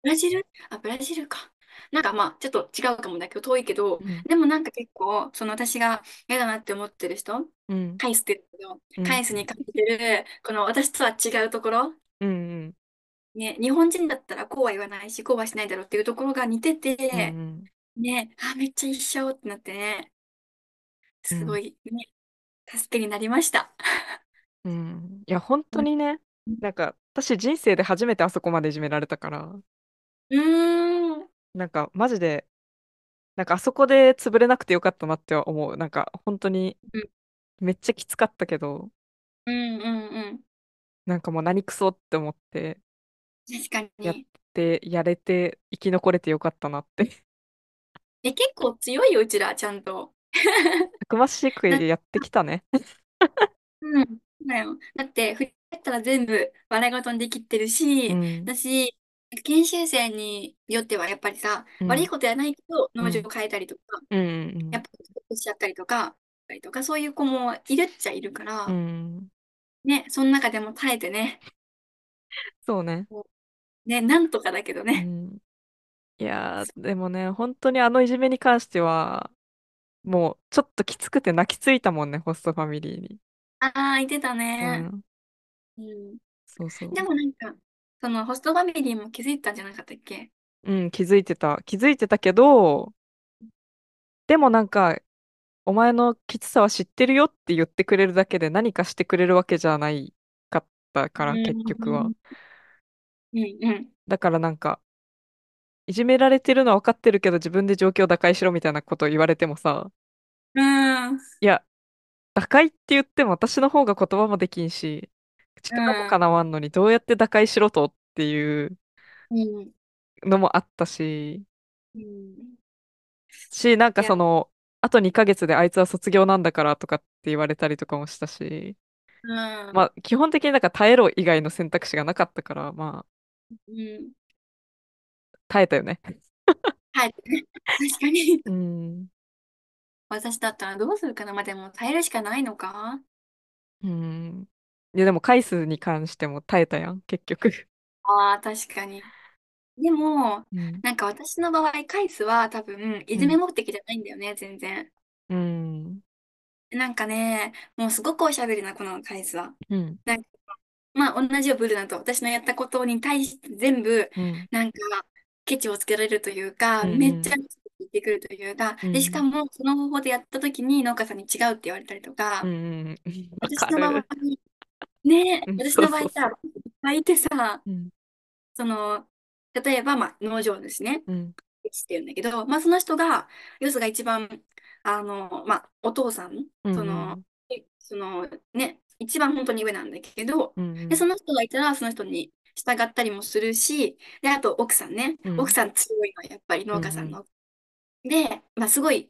Speaker 2: ブラジルあブラジルかなんかまあちょっと違うかもだけど遠いけど
Speaker 1: うん。
Speaker 2: でもなんか結構その私が嫌だなって思ってる人
Speaker 1: うん。
Speaker 2: カイスって言うんだけど
Speaker 1: う
Speaker 2: カ
Speaker 1: ん。
Speaker 2: イスに感じてるこの私とは違うところ
Speaker 1: うん。
Speaker 2: ね日本人だったらこうは言わないしこうはしないだろうっていうところが似て
Speaker 1: うん。
Speaker 2: て
Speaker 1: うん。
Speaker 2: ねあめっちゃ一緒ってなってね
Speaker 1: う
Speaker 2: すご
Speaker 1: ん。
Speaker 2: い、ね、助けになりました。
Speaker 1: うん。いや、本
Speaker 2: う
Speaker 1: 当
Speaker 2: ん
Speaker 1: にね、なんか、私人生で初めてあそこまでいじめられたから、
Speaker 2: うーん
Speaker 1: なんか、マジで、なんかあそこで潰れなくてよかったなって思う。なんか、本当に、
Speaker 2: うん
Speaker 1: めっちゃきつかったけど、
Speaker 2: うんうん
Speaker 1: なんかもう何クソって思って、
Speaker 2: うん確か
Speaker 1: やっ
Speaker 2: に。
Speaker 1: て、やれて、生き残れてよかったなって。 (laughs)
Speaker 2: え、結構強いよ、うちら、ちゃんと。
Speaker 1: たくましく
Speaker 2: な、
Speaker 1: やってきたね。
Speaker 2: うん。だよ。だって、振り返ったら全部笑い事にできてる
Speaker 1: う
Speaker 2: し、
Speaker 1: ん、
Speaker 2: だし、研修生によってはやっぱりさ、
Speaker 1: う
Speaker 2: 悪い
Speaker 1: ん、
Speaker 2: ことやないけど、
Speaker 1: う
Speaker 2: 農場
Speaker 1: ん、
Speaker 2: を変えたりとか、
Speaker 1: うん、う
Speaker 2: やっ
Speaker 1: ん、
Speaker 2: ぱ、しちゃったりとか、とか、そういう子もいるっちゃいるか
Speaker 1: う
Speaker 2: ら、
Speaker 1: ん。
Speaker 2: ね、その中でも耐えてね、
Speaker 1: そうね。
Speaker 2: ね、なんとかだけど
Speaker 1: う
Speaker 2: ね。
Speaker 1: ん。いやー、でもね、本当にあのいじめに関しては、もうちょっときつくて泣きついたもんね、ホストファミリーに。
Speaker 2: ああ、いてた
Speaker 1: う
Speaker 2: ね。
Speaker 1: ん、
Speaker 2: うん。
Speaker 1: そうそ
Speaker 2: で
Speaker 1: う。
Speaker 2: もなんか、そのホストファミリーも気づいたんじゃなかったっけ
Speaker 1: うん、気づいてた。気づいてたけど、でもなんか、お前のきつさは知ってるよって言ってくれるだけで何かしてくれるわけじゃないかった
Speaker 2: う
Speaker 1: から、結局は。
Speaker 2: ん、うん、うん。
Speaker 1: だからなんか、いじめられてるのは分かってるけど自分で状況を打開しろみたいなことを言われてもさ、
Speaker 2: うん、
Speaker 1: いや、打開って言っても私の方が言葉もできんし、
Speaker 2: う
Speaker 1: 力も
Speaker 2: ん、
Speaker 1: かなわんのにどうやって打開しろと。っていう
Speaker 2: うん。
Speaker 1: のもあったし、
Speaker 2: うん。
Speaker 1: し、なんか
Speaker 2: いや、
Speaker 1: その、あと2ヶ月であいつは卒業なんだからとかって言われたりとかもしたし、
Speaker 2: うん。
Speaker 1: まあ基本的になんか耐えろ以外の選択肢がなかったから、まあ
Speaker 2: うん。
Speaker 1: 耐えたよね。
Speaker 2: はい。 (laughs) 確かに。
Speaker 1: うん。
Speaker 2: 私だったらどうするかな。まあ、でも耐えるしかないのか。
Speaker 1: うん。いやでも回数に関しても耐えたやん、結局。
Speaker 2: ああ、確かに。でも、
Speaker 1: うん。
Speaker 2: なんか私の場合、カイスは多分、いうじめ
Speaker 1: ん。
Speaker 2: 目的じゃないんだよね、全然。
Speaker 1: うん。
Speaker 2: なんかね、もうすごくおしゃべりな子なの、カイスは。
Speaker 1: うん。
Speaker 2: なんか、まあ、同じよ、ブルナと私のやったことに対して全部、
Speaker 1: うん。
Speaker 2: なんか、ケチをつけられるというか、
Speaker 1: う
Speaker 2: めっちゃ
Speaker 1: ん。
Speaker 2: 言ってくるというか、
Speaker 1: う
Speaker 2: で、しか
Speaker 1: ん。
Speaker 2: も、その方法でやった時に農家さんに違うって言われたりと
Speaker 1: う
Speaker 2: か、
Speaker 1: ん。わ
Speaker 2: 私
Speaker 1: か
Speaker 2: の場合、
Speaker 1: る。
Speaker 2: ね、
Speaker 1: うん、
Speaker 2: 私
Speaker 1: そう
Speaker 2: の場
Speaker 1: そう
Speaker 2: 合
Speaker 1: そ
Speaker 2: さ、
Speaker 1: う。
Speaker 2: いっぱいいてさ、
Speaker 1: うん。
Speaker 2: その、例えば、まあ、農場ですね。
Speaker 1: うん。
Speaker 2: してるんだけど、まあ、その人が、ヨスが一番、あの、まあ、お父さん、
Speaker 1: う
Speaker 2: その、
Speaker 1: ん。
Speaker 2: そのね、一番本当に上なんだけど、
Speaker 1: う
Speaker 2: で、そ
Speaker 1: ん。
Speaker 2: の人がいたら、その人に従ったりもするし、で、あと奥さんね、
Speaker 1: う
Speaker 2: 奥
Speaker 1: ん。
Speaker 2: さん強いのはやっぱり
Speaker 1: う
Speaker 2: 農家さん
Speaker 1: ん。
Speaker 2: の。で、まあ、すごい、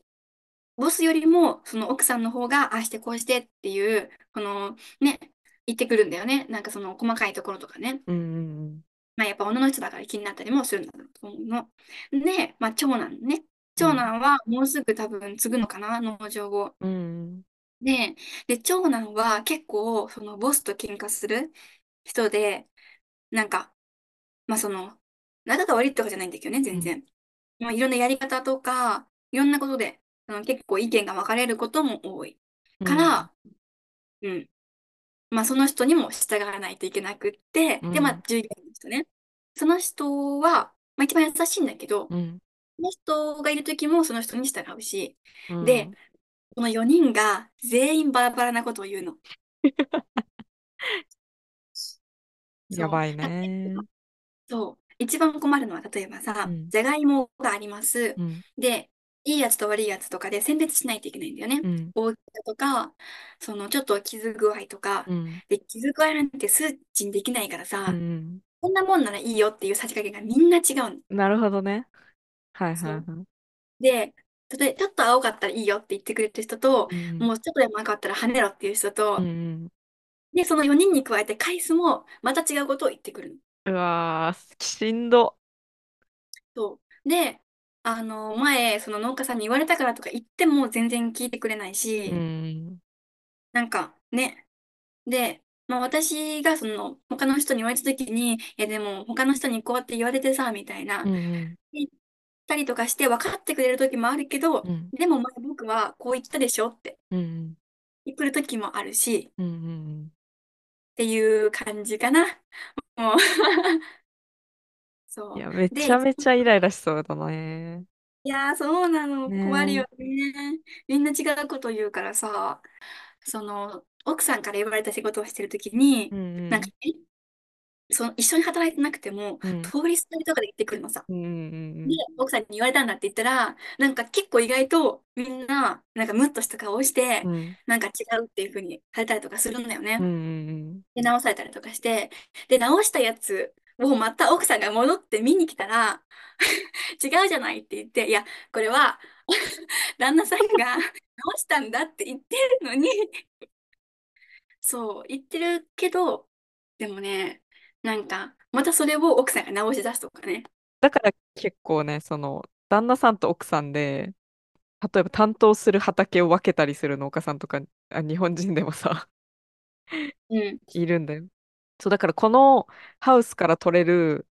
Speaker 2: ボスよりも、その奥さんの方が、ああしてこうしてっていう、この、ね、言ってくるんだよね。なんかその細かいところとかね。
Speaker 1: うん。
Speaker 2: まあ、やっぱ女の人だから気になったりもするんだろうと思うの。で、まあ、長男
Speaker 1: う
Speaker 2: ね。長
Speaker 1: ん。
Speaker 2: 男はもうすぐ多分継ぐのかな、農場を。
Speaker 1: うん。
Speaker 2: で、で、長男は結構、そのボスと喧嘩する人で、なんか、まあその、仲が悪いとかじゃないんだけどね、
Speaker 1: う
Speaker 2: 全
Speaker 1: ん。
Speaker 2: 然。まあ、いろんなやり方とか、いろんなことで、あの結構意見が分かれることも多い。
Speaker 1: う
Speaker 2: か
Speaker 1: ん。
Speaker 2: ら、うん。まあ、その人にも従わないといけなくって、
Speaker 1: う
Speaker 2: で、まあ、
Speaker 1: ん。
Speaker 2: 従業員の人ね。その人は、まあ、一番優しいんだけど、
Speaker 1: うん。
Speaker 2: その人がいる時もその人に従うし、
Speaker 1: う
Speaker 2: で、
Speaker 1: ん。
Speaker 2: この4人が全員バラバラなことを言うの。
Speaker 1: (laughs) や
Speaker 2: そう。
Speaker 1: ばい
Speaker 2: 例えば、
Speaker 1: ね。
Speaker 2: そう。一番困るのは、例えば
Speaker 1: う
Speaker 2: さ、
Speaker 1: ん。
Speaker 2: じゃがいもがあります。
Speaker 1: うん。
Speaker 2: で、いいやつと悪いやつとかで選別しないといけないんだよね。
Speaker 1: うん。
Speaker 2: 大きさとか、そのちょっと傷具合と
Speaker 1: う
Speaker 2: か。
Speaker 1: ん。
Speaker 2: で、傷具合なんて数値にできないから
Speaker 1: う
Speaker 2: さ、
Speaker 1: ん。
Speaker 2: こんなもんならいいよっていうさじ加減がみんな違うの。
Speaker 1: なるほどね。はいはい
Speaker 2: そう。
Speaker 1: はい。
Speaker 2: で、例えばちょっと青かったらいいよって言ってくれてる人と、
Speaker 1: うん。
Speaker 2: もうちょっとでも赤かったら跳ねろっていう人
Speaker 1: う
Speaker 2: と、
Speaker 1: ん。
Speaker 2: で、その4人に加えて、カイスもまた違うことを言ってくる
Speaker 1: う
Speaker 2: の。
Speaker 1: わー、しんど。
Speaker 2: そう。で、あの、前、その農家さんに言われたからとか言っても全然聞いてくれないうし、
Speaker 1: ん。
Speaker 2: なんかね。で、まあ私がその他の人に言われた時に、いやでも他の人にこうって言われてさ、みたいな。
Speaker 1: うん。
Speaker 2: 言ったりとかして分かってくれる時もあるけど、
Speaker 1: うん。
Speaker 2: でも前僕はこう言ったでしょって
Speaker 1: うん。
Speaker 2: 言ってくる時もあるし、
Speaker 1: うん。
Speaker 2: っていう感じかな。もう
Speaker 1: い
Speaker 2: (laughs) そ
Speaker 1: や、め
Speaker 2: う。
Speaker 1: ちゃ
Speaker 2: で、
Speaker 1: めちゃイライラしそうだね。
Speaker 2: いやー、そうなの。困る
Speaker 1: ね
Speaker 2: よね。みんな違うこと言うからさ、その、奥さんから言われた仕事をしてるとき
Speaker 1: う
Speaker 2: に、なんか、
Speaker 1: ん。
Speaker 2: えその、一緒に働いてなくても、
Speaker 1: うん。
Speaker 2: 通りすがりとかで言ってくるのさ。
Speaker 1: うん。うん。
Speaker 2: で、奥さんに言われたんだって言ったら、なんか結構意外とみんな、なんかムッとした顔をし
Speaker 1: う
Speaker 2: て、
Speaker 1: ん。
Speaker 2: なんか違うっていうふうにされたりとかするんだよ
Speaker 1: う
Speaker 2: ね。
Speaker 1: ん。
Speaker 2: で、直されたりとかして、で、直したやつをまた奥さんが戻って見に来たら、 (laughs) 違うじゃないって言って、いや、これは (laughs) 旦那さんが (laughs) 直したんだって言ってるのに、そう、言ってるけど、でもね、なんか、またそれを奥さんが直し出すとかね。
Speaker 1: だから結構ね、その、旦那さんと奥さんで、例えば担当する畑を分けたりする農家さんとか、あ、日本人でもさ、 (laughs)
Speaker 2: うん。
Speaker 1: いるんだよ。そう、だからこのハウスから取れる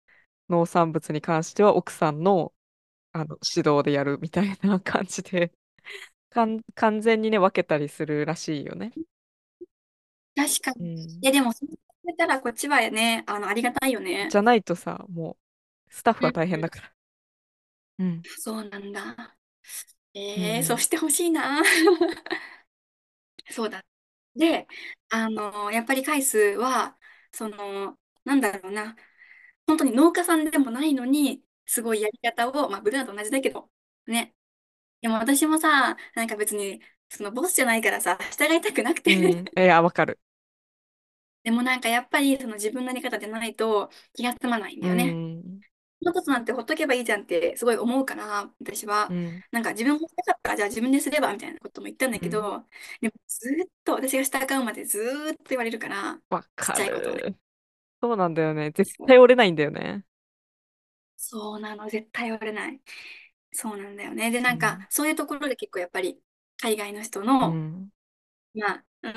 Speaker 1: 農産物に関しては、奥さんの、あの指導でやるみたいな感じで、 (laughs) かん、完全にね、分けたりするらしいよね。
Speaker 2: 確か
Speaker 1: う
Speaker 2: に。い
Speaker 1: ん。
Speaker 2: や、でも、そう言ったらこっちはね、あの、ありがたいよ
Speaker 1: じ
Speaker 2: ね。
Speaker 1: ゃないとさ、もう、スタッフ
Speaker 2: う
Speaker 1: が
Speaker 2: ん
Speaker 1: 大変
Speaker 2: うん
Speaker 1: だから。うん。
Speaker 2: そうなんだ。
Speaker 1: う
Speaker 2: えー、そうんしてほしいな。 (laughs) そうだ。で、あの、やっぱり回数は、その、なんだろうな、本当に農家さんでもないのに、すごいやり方を、まあ、ブルーナと同じだけど、ね。でも私もさ、な
Speaker 1: (laughs)
Speaker 2: んか別に、そのボスじゃないからさ、従いたくなく
Speaker 1: う
Speaker 2: て
Speaker 1: ん。うん。いや、わかる。
Speaker 2: (laughs) でもなんかやっぱりその自分のやり方でないと気が済まないん
Speaker 1: う
Speaker 2: だよね。
Speaker 1: ん、
Speaker 2: そのことなんてほっとけばいいじゃんってすごい思うから、私は。
Speaker 1: うん、
Speaker 2: なんか自分もしたかったら、じゃあ自分ですればみたいなことも言ったんだ
Speaker 1: う
Speaker 2: け
Speaker 1: ん。
Speaker 2: ど、でもずーっと私が下がうまでずーっと言われるから、
Speaker 1: わ
Speaker 2: ちっ
Speaker 1: か
Speaker 2: ちゃいことをね。
Speaker 1: る。そうなんだよね。絶
Speaker 2: そう
Speaker 1: 対折れないんだよね。
Speaker 2: そうなの、絶対言われない。そうなんだよね。で、
Speaker 1: う
Speaker 2: なん
Speaker 1: ん、
Speaker 2: か、そういうところで結構やっぱり、海外の人
Speaker 1: う
Speaker 2: の、
Speaker 1: ん。
Speaker 2: まあ、うー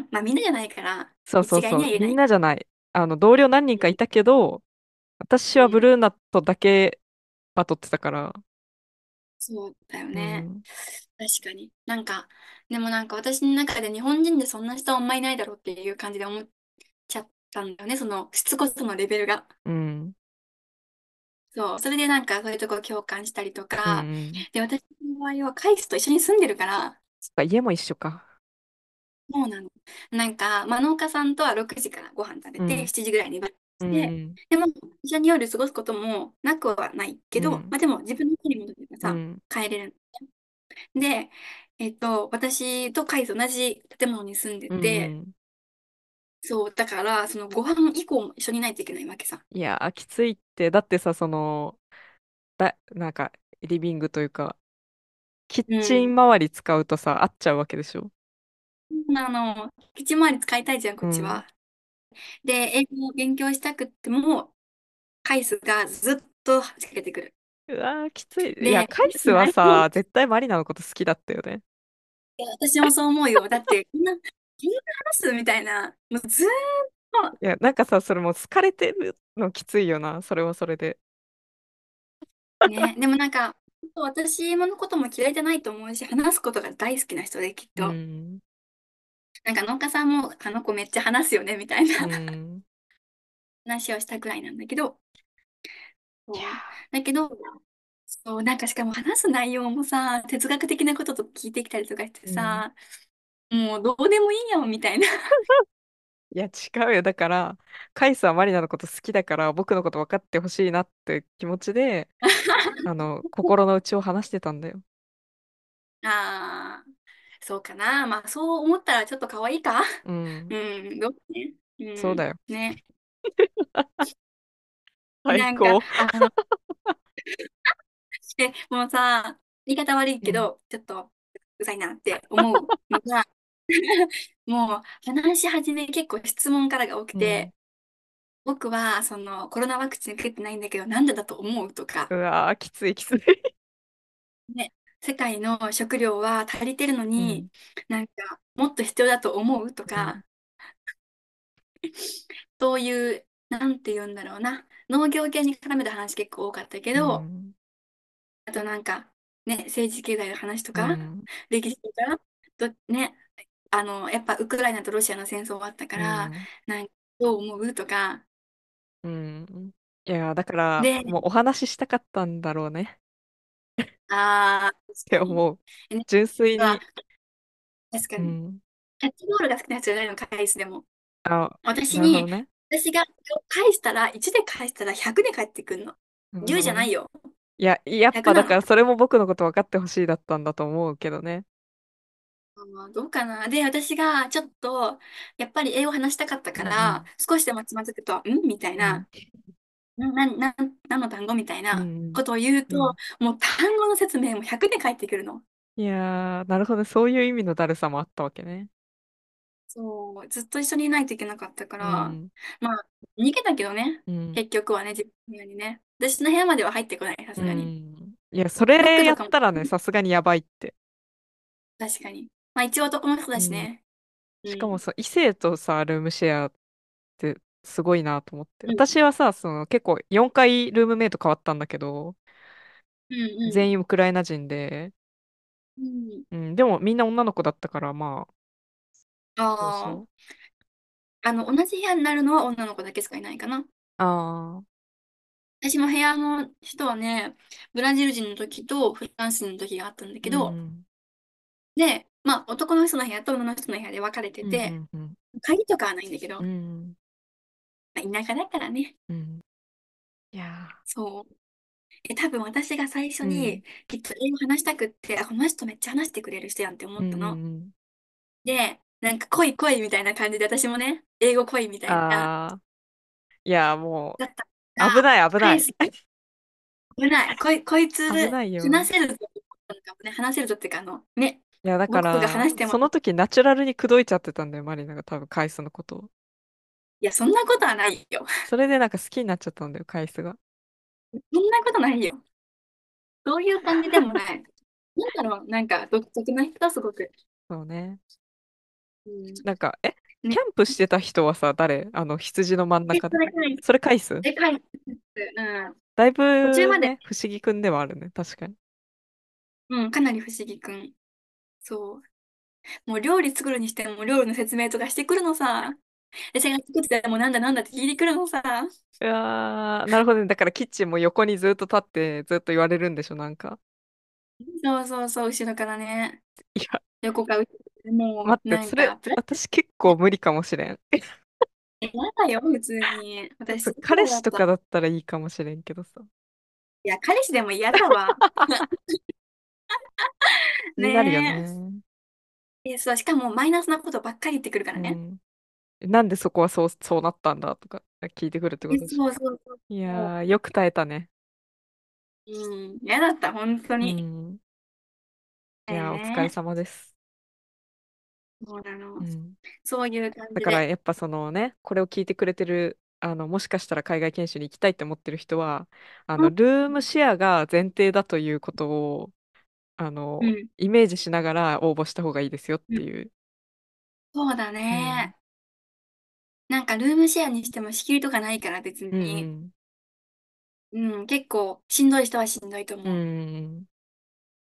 Speaker 2: ん、まあみんなじゃないから、
Speaker 1: そうそ
Speaker 2: 一
Speaker 1: う
Speaker 2: 概
Speaker 1: そ
Speaker 2: には
Speaker 1: う。み
Speaker 2: 言えなんい。
Speaker 1: なじゃない。あの、同僚何人かいたけど、私
Speaker 2: う
Speaker 1: はブ
Speaker 2: ん、
Speaker 1: ルーナットだけバトってたから。
Speaker 2: そうだよ
Speaker 1: う
Speaker 2: ね。
Speaker 1: ん。
Speaker 2: 確かに。なんか、でもなんか私の中で日本人でそんな人あんまいないだろうっていう感じで思っちゃったんだよね、そのしつこさのレベルが。
Speaker 1: うん。
Speaker 2: そう、それでなんかそういうところ共感したりと
Speaker 1: うんう
Speaker 2: か、
Speaker 1: ん。
Speaker 2: で、私の場合はカイスと一緒に住んでるから、
Speaker 1: そっか、家も一緒か。
Speaker 2: そうなの。なんか、まあ、農家さんとは6時からご飯食べ
Speaker 1: う
Speaker 2: て、
Speaker 1: ん。
Speaker 2: 7時ぐらいにバイト
Speaker 1: う
Speaker 2: し
Speaker 1: んう
Speaker 2: て、
Speaker 1: ん。
Speaker 2: でも、一緒に夜過ごすこともなくはないけ
Speaker 1: う
Speaker 2: ど、
Speaker 1: ん。
Speaker 2: まあ、でも自分の家に戻ってから
Speaker 1: う
Speaker 2: さ、
Speaker 1: ん。
Speaker 2: 帰れるの。で、えっと、私とカイス同じ建物に住んで
Speaker 1: う
Speaker 2: て、
Speaker 1: ん。
Speaker 2: そう、だから、そのご飯以降も一緒にいないといけないわけさ。
Speaker 1: いやー、きついって、だってさ、その、だ、なんか、リビングというか、キッ
Speaker 2: う
Speaker 1: チン
Speaker 2: ん。
Speaker 1: 周り使うとさ、合っちゃうわけでしょ。
Speaker 2: あの、キッチン周り使いたいじゃん、こ
Speaker 1: う
Speaker 2: っち
Speaker 1: ん。
Speaker 2: は。で、英語を勉強したくっても、カイスがずっとはじけてくる。
Speaker 1: うわー、きつい。いや、
Speaker 2: で、
Speaker 1: カイスは
Speaker 2: 私も
Speaker 1: さ、絶対マリナのこと好きだったよね。
Speaker 2: いや私もそう思うよ。だって、こんな、こんな話すみたいな、もうずーっと、
Speaker 1: いや、なんかさ、それもう好かれてるのきついよな、それはそれで。
Speaker 2: ね、でもなんか、私のことも嫌いじゃないと思うし、話すことが大好きな人で、きっ
Speaker 1: う
Speaker 2: と。
Speaker 1: ん。
Speaker 2: なんか、農家さんも、あの子めっちゃ話すよね、みたいな
Speaker 1: うん。
Speaker 2: 話をしたぐらいなんだけど、
Speaker 1: いや
Speaker 2: そう。だけど、そう、なんかしかも話す内容もさ、哲学的なことと聞いてきたりとかして
Speaker 1: ー、うん。
Speaker 2: さ、もうどうでもいいよ、みたいな。 (laughs)
Speaker 1: いや、違うよ。だから、カイスはマリナのこと好きだから、僕のこと分かってほしいなって気持ちで、あ
Speaker 2: (laughs)
Speaker 1: の、心の内を話してたんだよ。
Speaker 2: ああ、そうかな。まあ、そう思ったらちょっと可愛いか。
Speaker 1: うん。
Speaker 2: うん、どうね。う
Speaker 1: そうだ
Speaker 2: ん、
Speaker 1: よ。 (laughs)
Speaker 2: ね。
Speaker 1: 最
Speaker 2: なんか、
Speaker 1: 高。
Speaker 2: あの、 (laughs) で、もうさ、言い方悪いうけ
Speaker 1: ん。
Speaker 2: ど、ちょっと、うざいなって思うのが、 (laughs) もう、話し始め結構質問からが多く
Speaker 1: うん。
Speaker 2: て、僕は、その、コロナワクチン受けてないんだけど、なんでだと思うと
Speaker 1: う
Speaker 2: か、
Speaker 1: わー、きついきつい。
Speaker 2: ね、世界の食料は足りてるの
Speaker 1: う
Speaker 2: に、
Speaker 1: ん。
Speaker 2: なんか、もっと必要だと思うと
Speaker 1: うん。
Speaker 2: か、 (laughs) そういう、なんて言うんだろうな、農業系に絡めた話結構多かったけ
Speaker 1: う
Speaker 2: ど、
Speaker 1: ん。
Speaker 2: あとなんか、ね、政治経済の話
Speaker 1: う
Speaker 2: とか、
Speaker 1: ん。
Speaker 2: 歴史とか、と、ね、あの、やっぱウクライナとロシアの戦争があったか
Speaker 1: う
Speaker 2: ら、
Speaker 1: ん。
Speaker 2: なんかどう思うとか、
Speaker 1: うんいやー、だから、
Speaker 2: で、
Speaker 1: もうお話ししたかったんだろうね。
Speaker 2: ああ、
Speaker 1: っ
Speaker 2: 確
Speaker 1: て
Speaker 2: かに。
Speaker 1: 思う。
Speaker 2: えね
Speaker 1: 純粋
Speaker 2: は、
Speaker 1: に。
Speaker 2: 確か
Speaker 1: う
Speaker 2: に。
Speaker 1: ん。
Speaker 2: キャッチボールが好きな人じゃないの、返すでも。
Speaker 1: あ、
Speaker 2: 私
Speaker 1: なるほ
Speaker 2: に、
Speaker 1: どね。
Speaker 2: 私が返したら、1で返したら100で返ってくるの。
Speaker 1: なる
Speaker 2: 10
Speaker 1: ほ
Speaker 2: じ
Speaker 1: ど
Speaker 2: ゃな
Speaker 1: ね。
Speaker 2: いよ。
Speaker 1: いや、やっ
Speaker 2: 100
Speaker 1: ぱだ
Speaker 2: な
Speaker 1: か
Speaker 2: の。
Speaker 1: らそれも僕のこと分かってほしいだったんだと思うけどね。
Speaker 2: あーどうかな。で、私がちょっと、やっぱり英語話したかった
Speaker 1: う
Speaker 2: から、
Speaker 1: ん
Speaker 2: 少しでもつまずくと、んみたい
Speaker 1: うん。
Speaker 2: な、んな、な、何の単語みたいうなんことを言う
Speaker 1: う
Speaker 2: と、
Speaker 1: ん。
Speaker 2: もう単語の説明も100で返ってくるの。
Speaker 1: いやー、なるほどね。そういう意味のだるさもあったわけね。
Speaker 2: そう、ずっと一緒にいないといけなかったか
Speaker 1: う
Speaker 2: ら、
Speaker 1: ん。
Speaker 2: まあ、逃げたけどね、
Speaker 1: うん。
Speaker 2: 結局はね、自分の部屋にね。私の部屋までは入ってこない、さ
Speaker 1: う
Speaker 2: すがに。
Speaker 1: ん。いや、そ
Speaker 2: ロッ
Speaker 1: れ
Speaker 2: ク
Speaker 1: や
Speaker 2: と
Speaker 1: っ
Speaker 2: かも、
Speaker 1: たらね、さすがにやばいって。
Speaker 2: 確かに。まあ、一応男の人
Speaker 1: う
Speaker 2: だし
Speaker 1: ん。
Speaker 2: ね。う
Speaker 1: しかも
Speaker 2: ん。
Speaker 1: そう、異性とさ、ルームシェアってすごいなと思って。
Speaker 2: うん。
Speaker 1: 私はさ、その結構4回ルームメイト変わったんだけど、
Speaker 2: うん
Speaker 1: 全員ウクライナ人で、
Speaker 2: うん。うん
Speaker 1: うん、でもみんな女の子だったから、まあ、そう
Speaker 2: あ
Speaker 1: そう。
Speaker 2: あ、あの、同じ部屋になるのは女の子だけしかいないかな。
Speaker 1: ああ、
Speaker 2: 私も部屋の人はね、ブラジル人の時とフランス人の時があったんだ
Speaker 1: う
Speaker 2: けど、
Speaker 1: ん。
Speaker 2: で、まあ男の人の部屋と女の人の部屋で分かれて
Speaker 1: うん
Speaker 2: て、
Speaker 1: うんうん
Speaker 2: 鍵とかはないんだけ
Speaker 1: う
Speaker 2: ど、
Speaker 1: ん
Speaker 2: まあ、田舎だからね。
Speaker 1: うんいや
Speaker 2: そう。え、多分私が最初
Speaker 1: ーうん
Speaker 2: にきっと英語話したくって、あ、この人めっちゃ話してくれる人やんって思
Speaker 1: う
Speaker 2: っ
Speaker 1: ん
Speaker 2: た
Speaker 1: う
Speaker 2: の。
Speaker 1: ん
Speaker 2: なんか来い来いみたいな感じで、私もね、英語来いみたいな、
Speaker 1: ああ、いや、も
Speaker 2: だった
Speaker 1: う、危
Speaker 2: あ
Speaker 1: ない、危な
Speaker 2: 返
Speaker 1: い。
Speaker 2: す。危ない。こい、こいつ、
Speaker 1: 危ないよ。
Speaker 2: 話せるぞって思ったのかもね、話せるぞっていうか、あの、ね、
Speaker 1: いや、だか
Speaker 2: 母国語
Speaker 1: ら、
Speaker 2: 話しても、
Speaker 1: その時ナチュラルに口説いちゃってたんだよ、マリナが多分、カイスのことを。
Speaker 2: いや、そんなことはないよ。
Speaker 1: それでなんか好きになっちゃったんだよ、カイスが。
Speaker 2: そんなことないよ。そういう感じで
Speaker 1: (laughs)
Speaker 2: もない。なんだろう、なんか、独特な人、すごく。
Speaker 1: そうね。
Speaker 2: うん
Speaker 1: なんか、え、キ
Speaker 2: ね、
Speaker 1: ャンプしてた人はさ、誰あの、羊の真ん
Speaker 2: え、
Speaker 1: 中
Speaker 2: そ
Speaker 1: で。
Speaker 2: れかい、
Speaker 1: それカイス
Speaker 2: え、かい、うん。
Speaker 1: だい
Speaker 2: 途中
Speaker 1: ぶ
Speaker 2: まで、
Speaker 1: ね、不思議くんではあるね、確かに。
Speaker 2: うん、かなり不思議くん。そう。もう料理作るにしても、料理の説明とかしてくるのさ。で、私が作ってても、なんだなんだって聞いてくるのさ。
Speaker 1: うわー、なるほどね。だからキッチンも横にずっと立って、ずっと言われるんでしょ、なんか。
Speaker 2: そうそうそう、後ろからね。
Speaker 1: いや、
Speaker 2: 横から後ろ、も
Speaker 1: 待っ
Speaker 2: う、
Speaker 1: て、
Speaker 2: なん
Speaker 1: それ、
Speaker 2: か、プラ
Speaker 1: 私結構無理かもしれん。
Speaker 2: え、やだよ、普通に。私、
Speaker 1: そう
Speaker 2: そう
Speaker 1: 彼
Speaker 2: だ
Speaker 1: 氏
Speaker 2: っ
Speaker 1: と
Speaker 2: た。い
Speaker 1: かだったらいいかもしれんけどさ。
Speaker 2: や、彼氏でも嫌
Speaker 1: (laughs)
Speaker 2: だわ。
Speaker 1: 気になるよ
Speaker 2: ね
Speaker 1: ね。
Speaker 2: え。え、そう、しかもマイナスなことばっかり言ってくるから
Speaker 1: う
Speaker 2: ね。
Speaker 1: ん。なんでそこはそう、そうなったんだとか聞いてくるってこ
Speaker 2: え、
Speaker 1: とでしょ。
Speaker 2: そうそうそ
Speaker 1: い
Speaker 2: うそう。
Speaker 1: やー、よく耐えたね。
Speaker 2: うん、嫌だった、本当
Speaker 1: う
Speaker 2: に。
Speaker 1: ん。い
Speaker 2: だよ
Speaker 1: やー、お疲れ
Speaker 2: ね。
Speaker 1: 様です。
Speaker 2: そうなの。
Speaker 1: うん。
Speaker 2: そういう感
Speaker 1: だ
Speaker 2: じ
Speaker 1: から
Speaker 2: で。
Speaker 1: やっぱそのね、これを聞いてくれてる、あの、もしかしたら海外研修に行きたいって思ってる人は、あ
Speaker 2: う
Speaker 1: の、
Speaker 2: ん。
Speaker 1: ルームシェアが前提だということを、あ
Speaker 2: う
Speaker 1: の、
Speaker 2: ん。
Speaker 1: イメージしながら応募した方がいいですよっ
Speaker 2: う
Speaker 1: て
Speaker 2: ん
Speaker 1: いう。
Speaker 2: そうだ
Speaker 1: うん。
Speaker 2: ね。なんかルームシェアにしても仕切りとかないから別
Speaker 1: うん
Speaker 2: に。
Speaker 1: うん。
Speaker 2: うん、結構しんどい人はしんどいと
Speaker 1: う
Speaker 2: 思う。
Speaker 1: ん。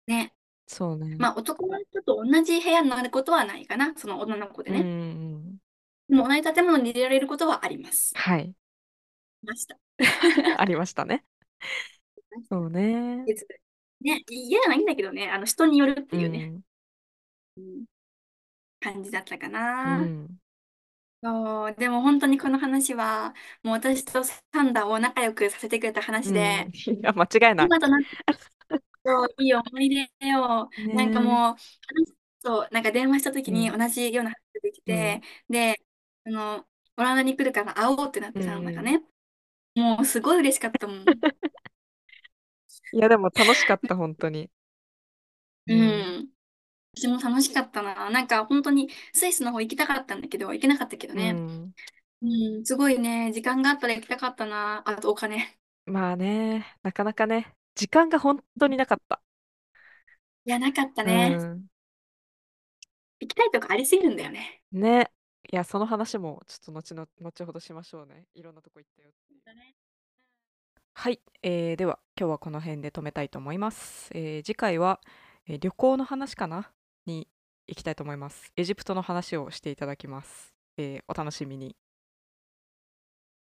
Speaker 2: ね。
Speaker 1: そうね。
Speaker 2: まあ男の人と同じ部屋になることはないかな。その女の子で
Speaker 1: う
Speaker 2: ね。
Speaker 1: ん。
Speaker 2: でも同じ建物に入れられることはあります。
Speaker 1: はい。
Speaker 2: (laughs) ました。
Speaker 1: ありましたね。そうね。
Speaker 2: 別にね、嫌じゃないんだけどね、あの人によるって
Speaker 1: う
Speaker 2: いうね、
Speaker 1: ん。
Speaker 2: うん、感じだったか
Speaker 1: う
Speaker 2: な。
Speaker 1: ん。
Speaker 2: そう、でも本当にこの話は、もう私とサンダーを仲良くさせてくれた
Speaker 1: う
Speaker 2: 話
Speaker 1: ん。 (laughs)
Speaker 2: で、
Speaker 1: いや、間違いない。
Speaker 2: 今とな
Speaker 1: (laughs)
Speaker 2: ってそういい思い出よ。なん
Speaker 1: ね
Speaker 2: かもう、話すと、なんか電話した時
Speaker 1: う
Speaker 2: に
Speaker 1: ん。
Speaker 2: 同じような話ができ
Speaker 1: うん。
Speaker 2: て、で、あの、オランダに来るから会おうってなっ
Speaker 1: う
Speaker 2: てサンダーが
Speaker 1: ん。
Speaker 2: ね、もうすごい嬉しかったもん。
Speaker 1: いや、でも楽しかった、本当に。う。
Speaker 2: うんん。私も楽しかったな。なんか本当にスイスの方行きたかったんだけど、行けなかったけど
Speaker 1: う
Speaker 2: ね。
Speaker 1: ん。
Speaker 2: うん、すごいね、時間があったら行きたかったな。あとお金。
Speaker 1: まあね、なかなかね、時間が本当になかった。
Speaker 2: いや、なかった
Speaker 1: う
Speaker 2: ね。
Speaker 1: ん。
Speaker 2: 行きたいとこありすぎるんだよね。
Speaker 1: ね。いや、その話もちょっと後の、後ほどしましょうね。いろんなとこ行ったよっていう。
Speaker 2: だね
Speaker 1: はい、えーでは今日はこの辺で止めたいと思います。えー次回は、えー旅行の話かなに行きたいと思います。エジプトの話をしていただきます。えーお楽しみに。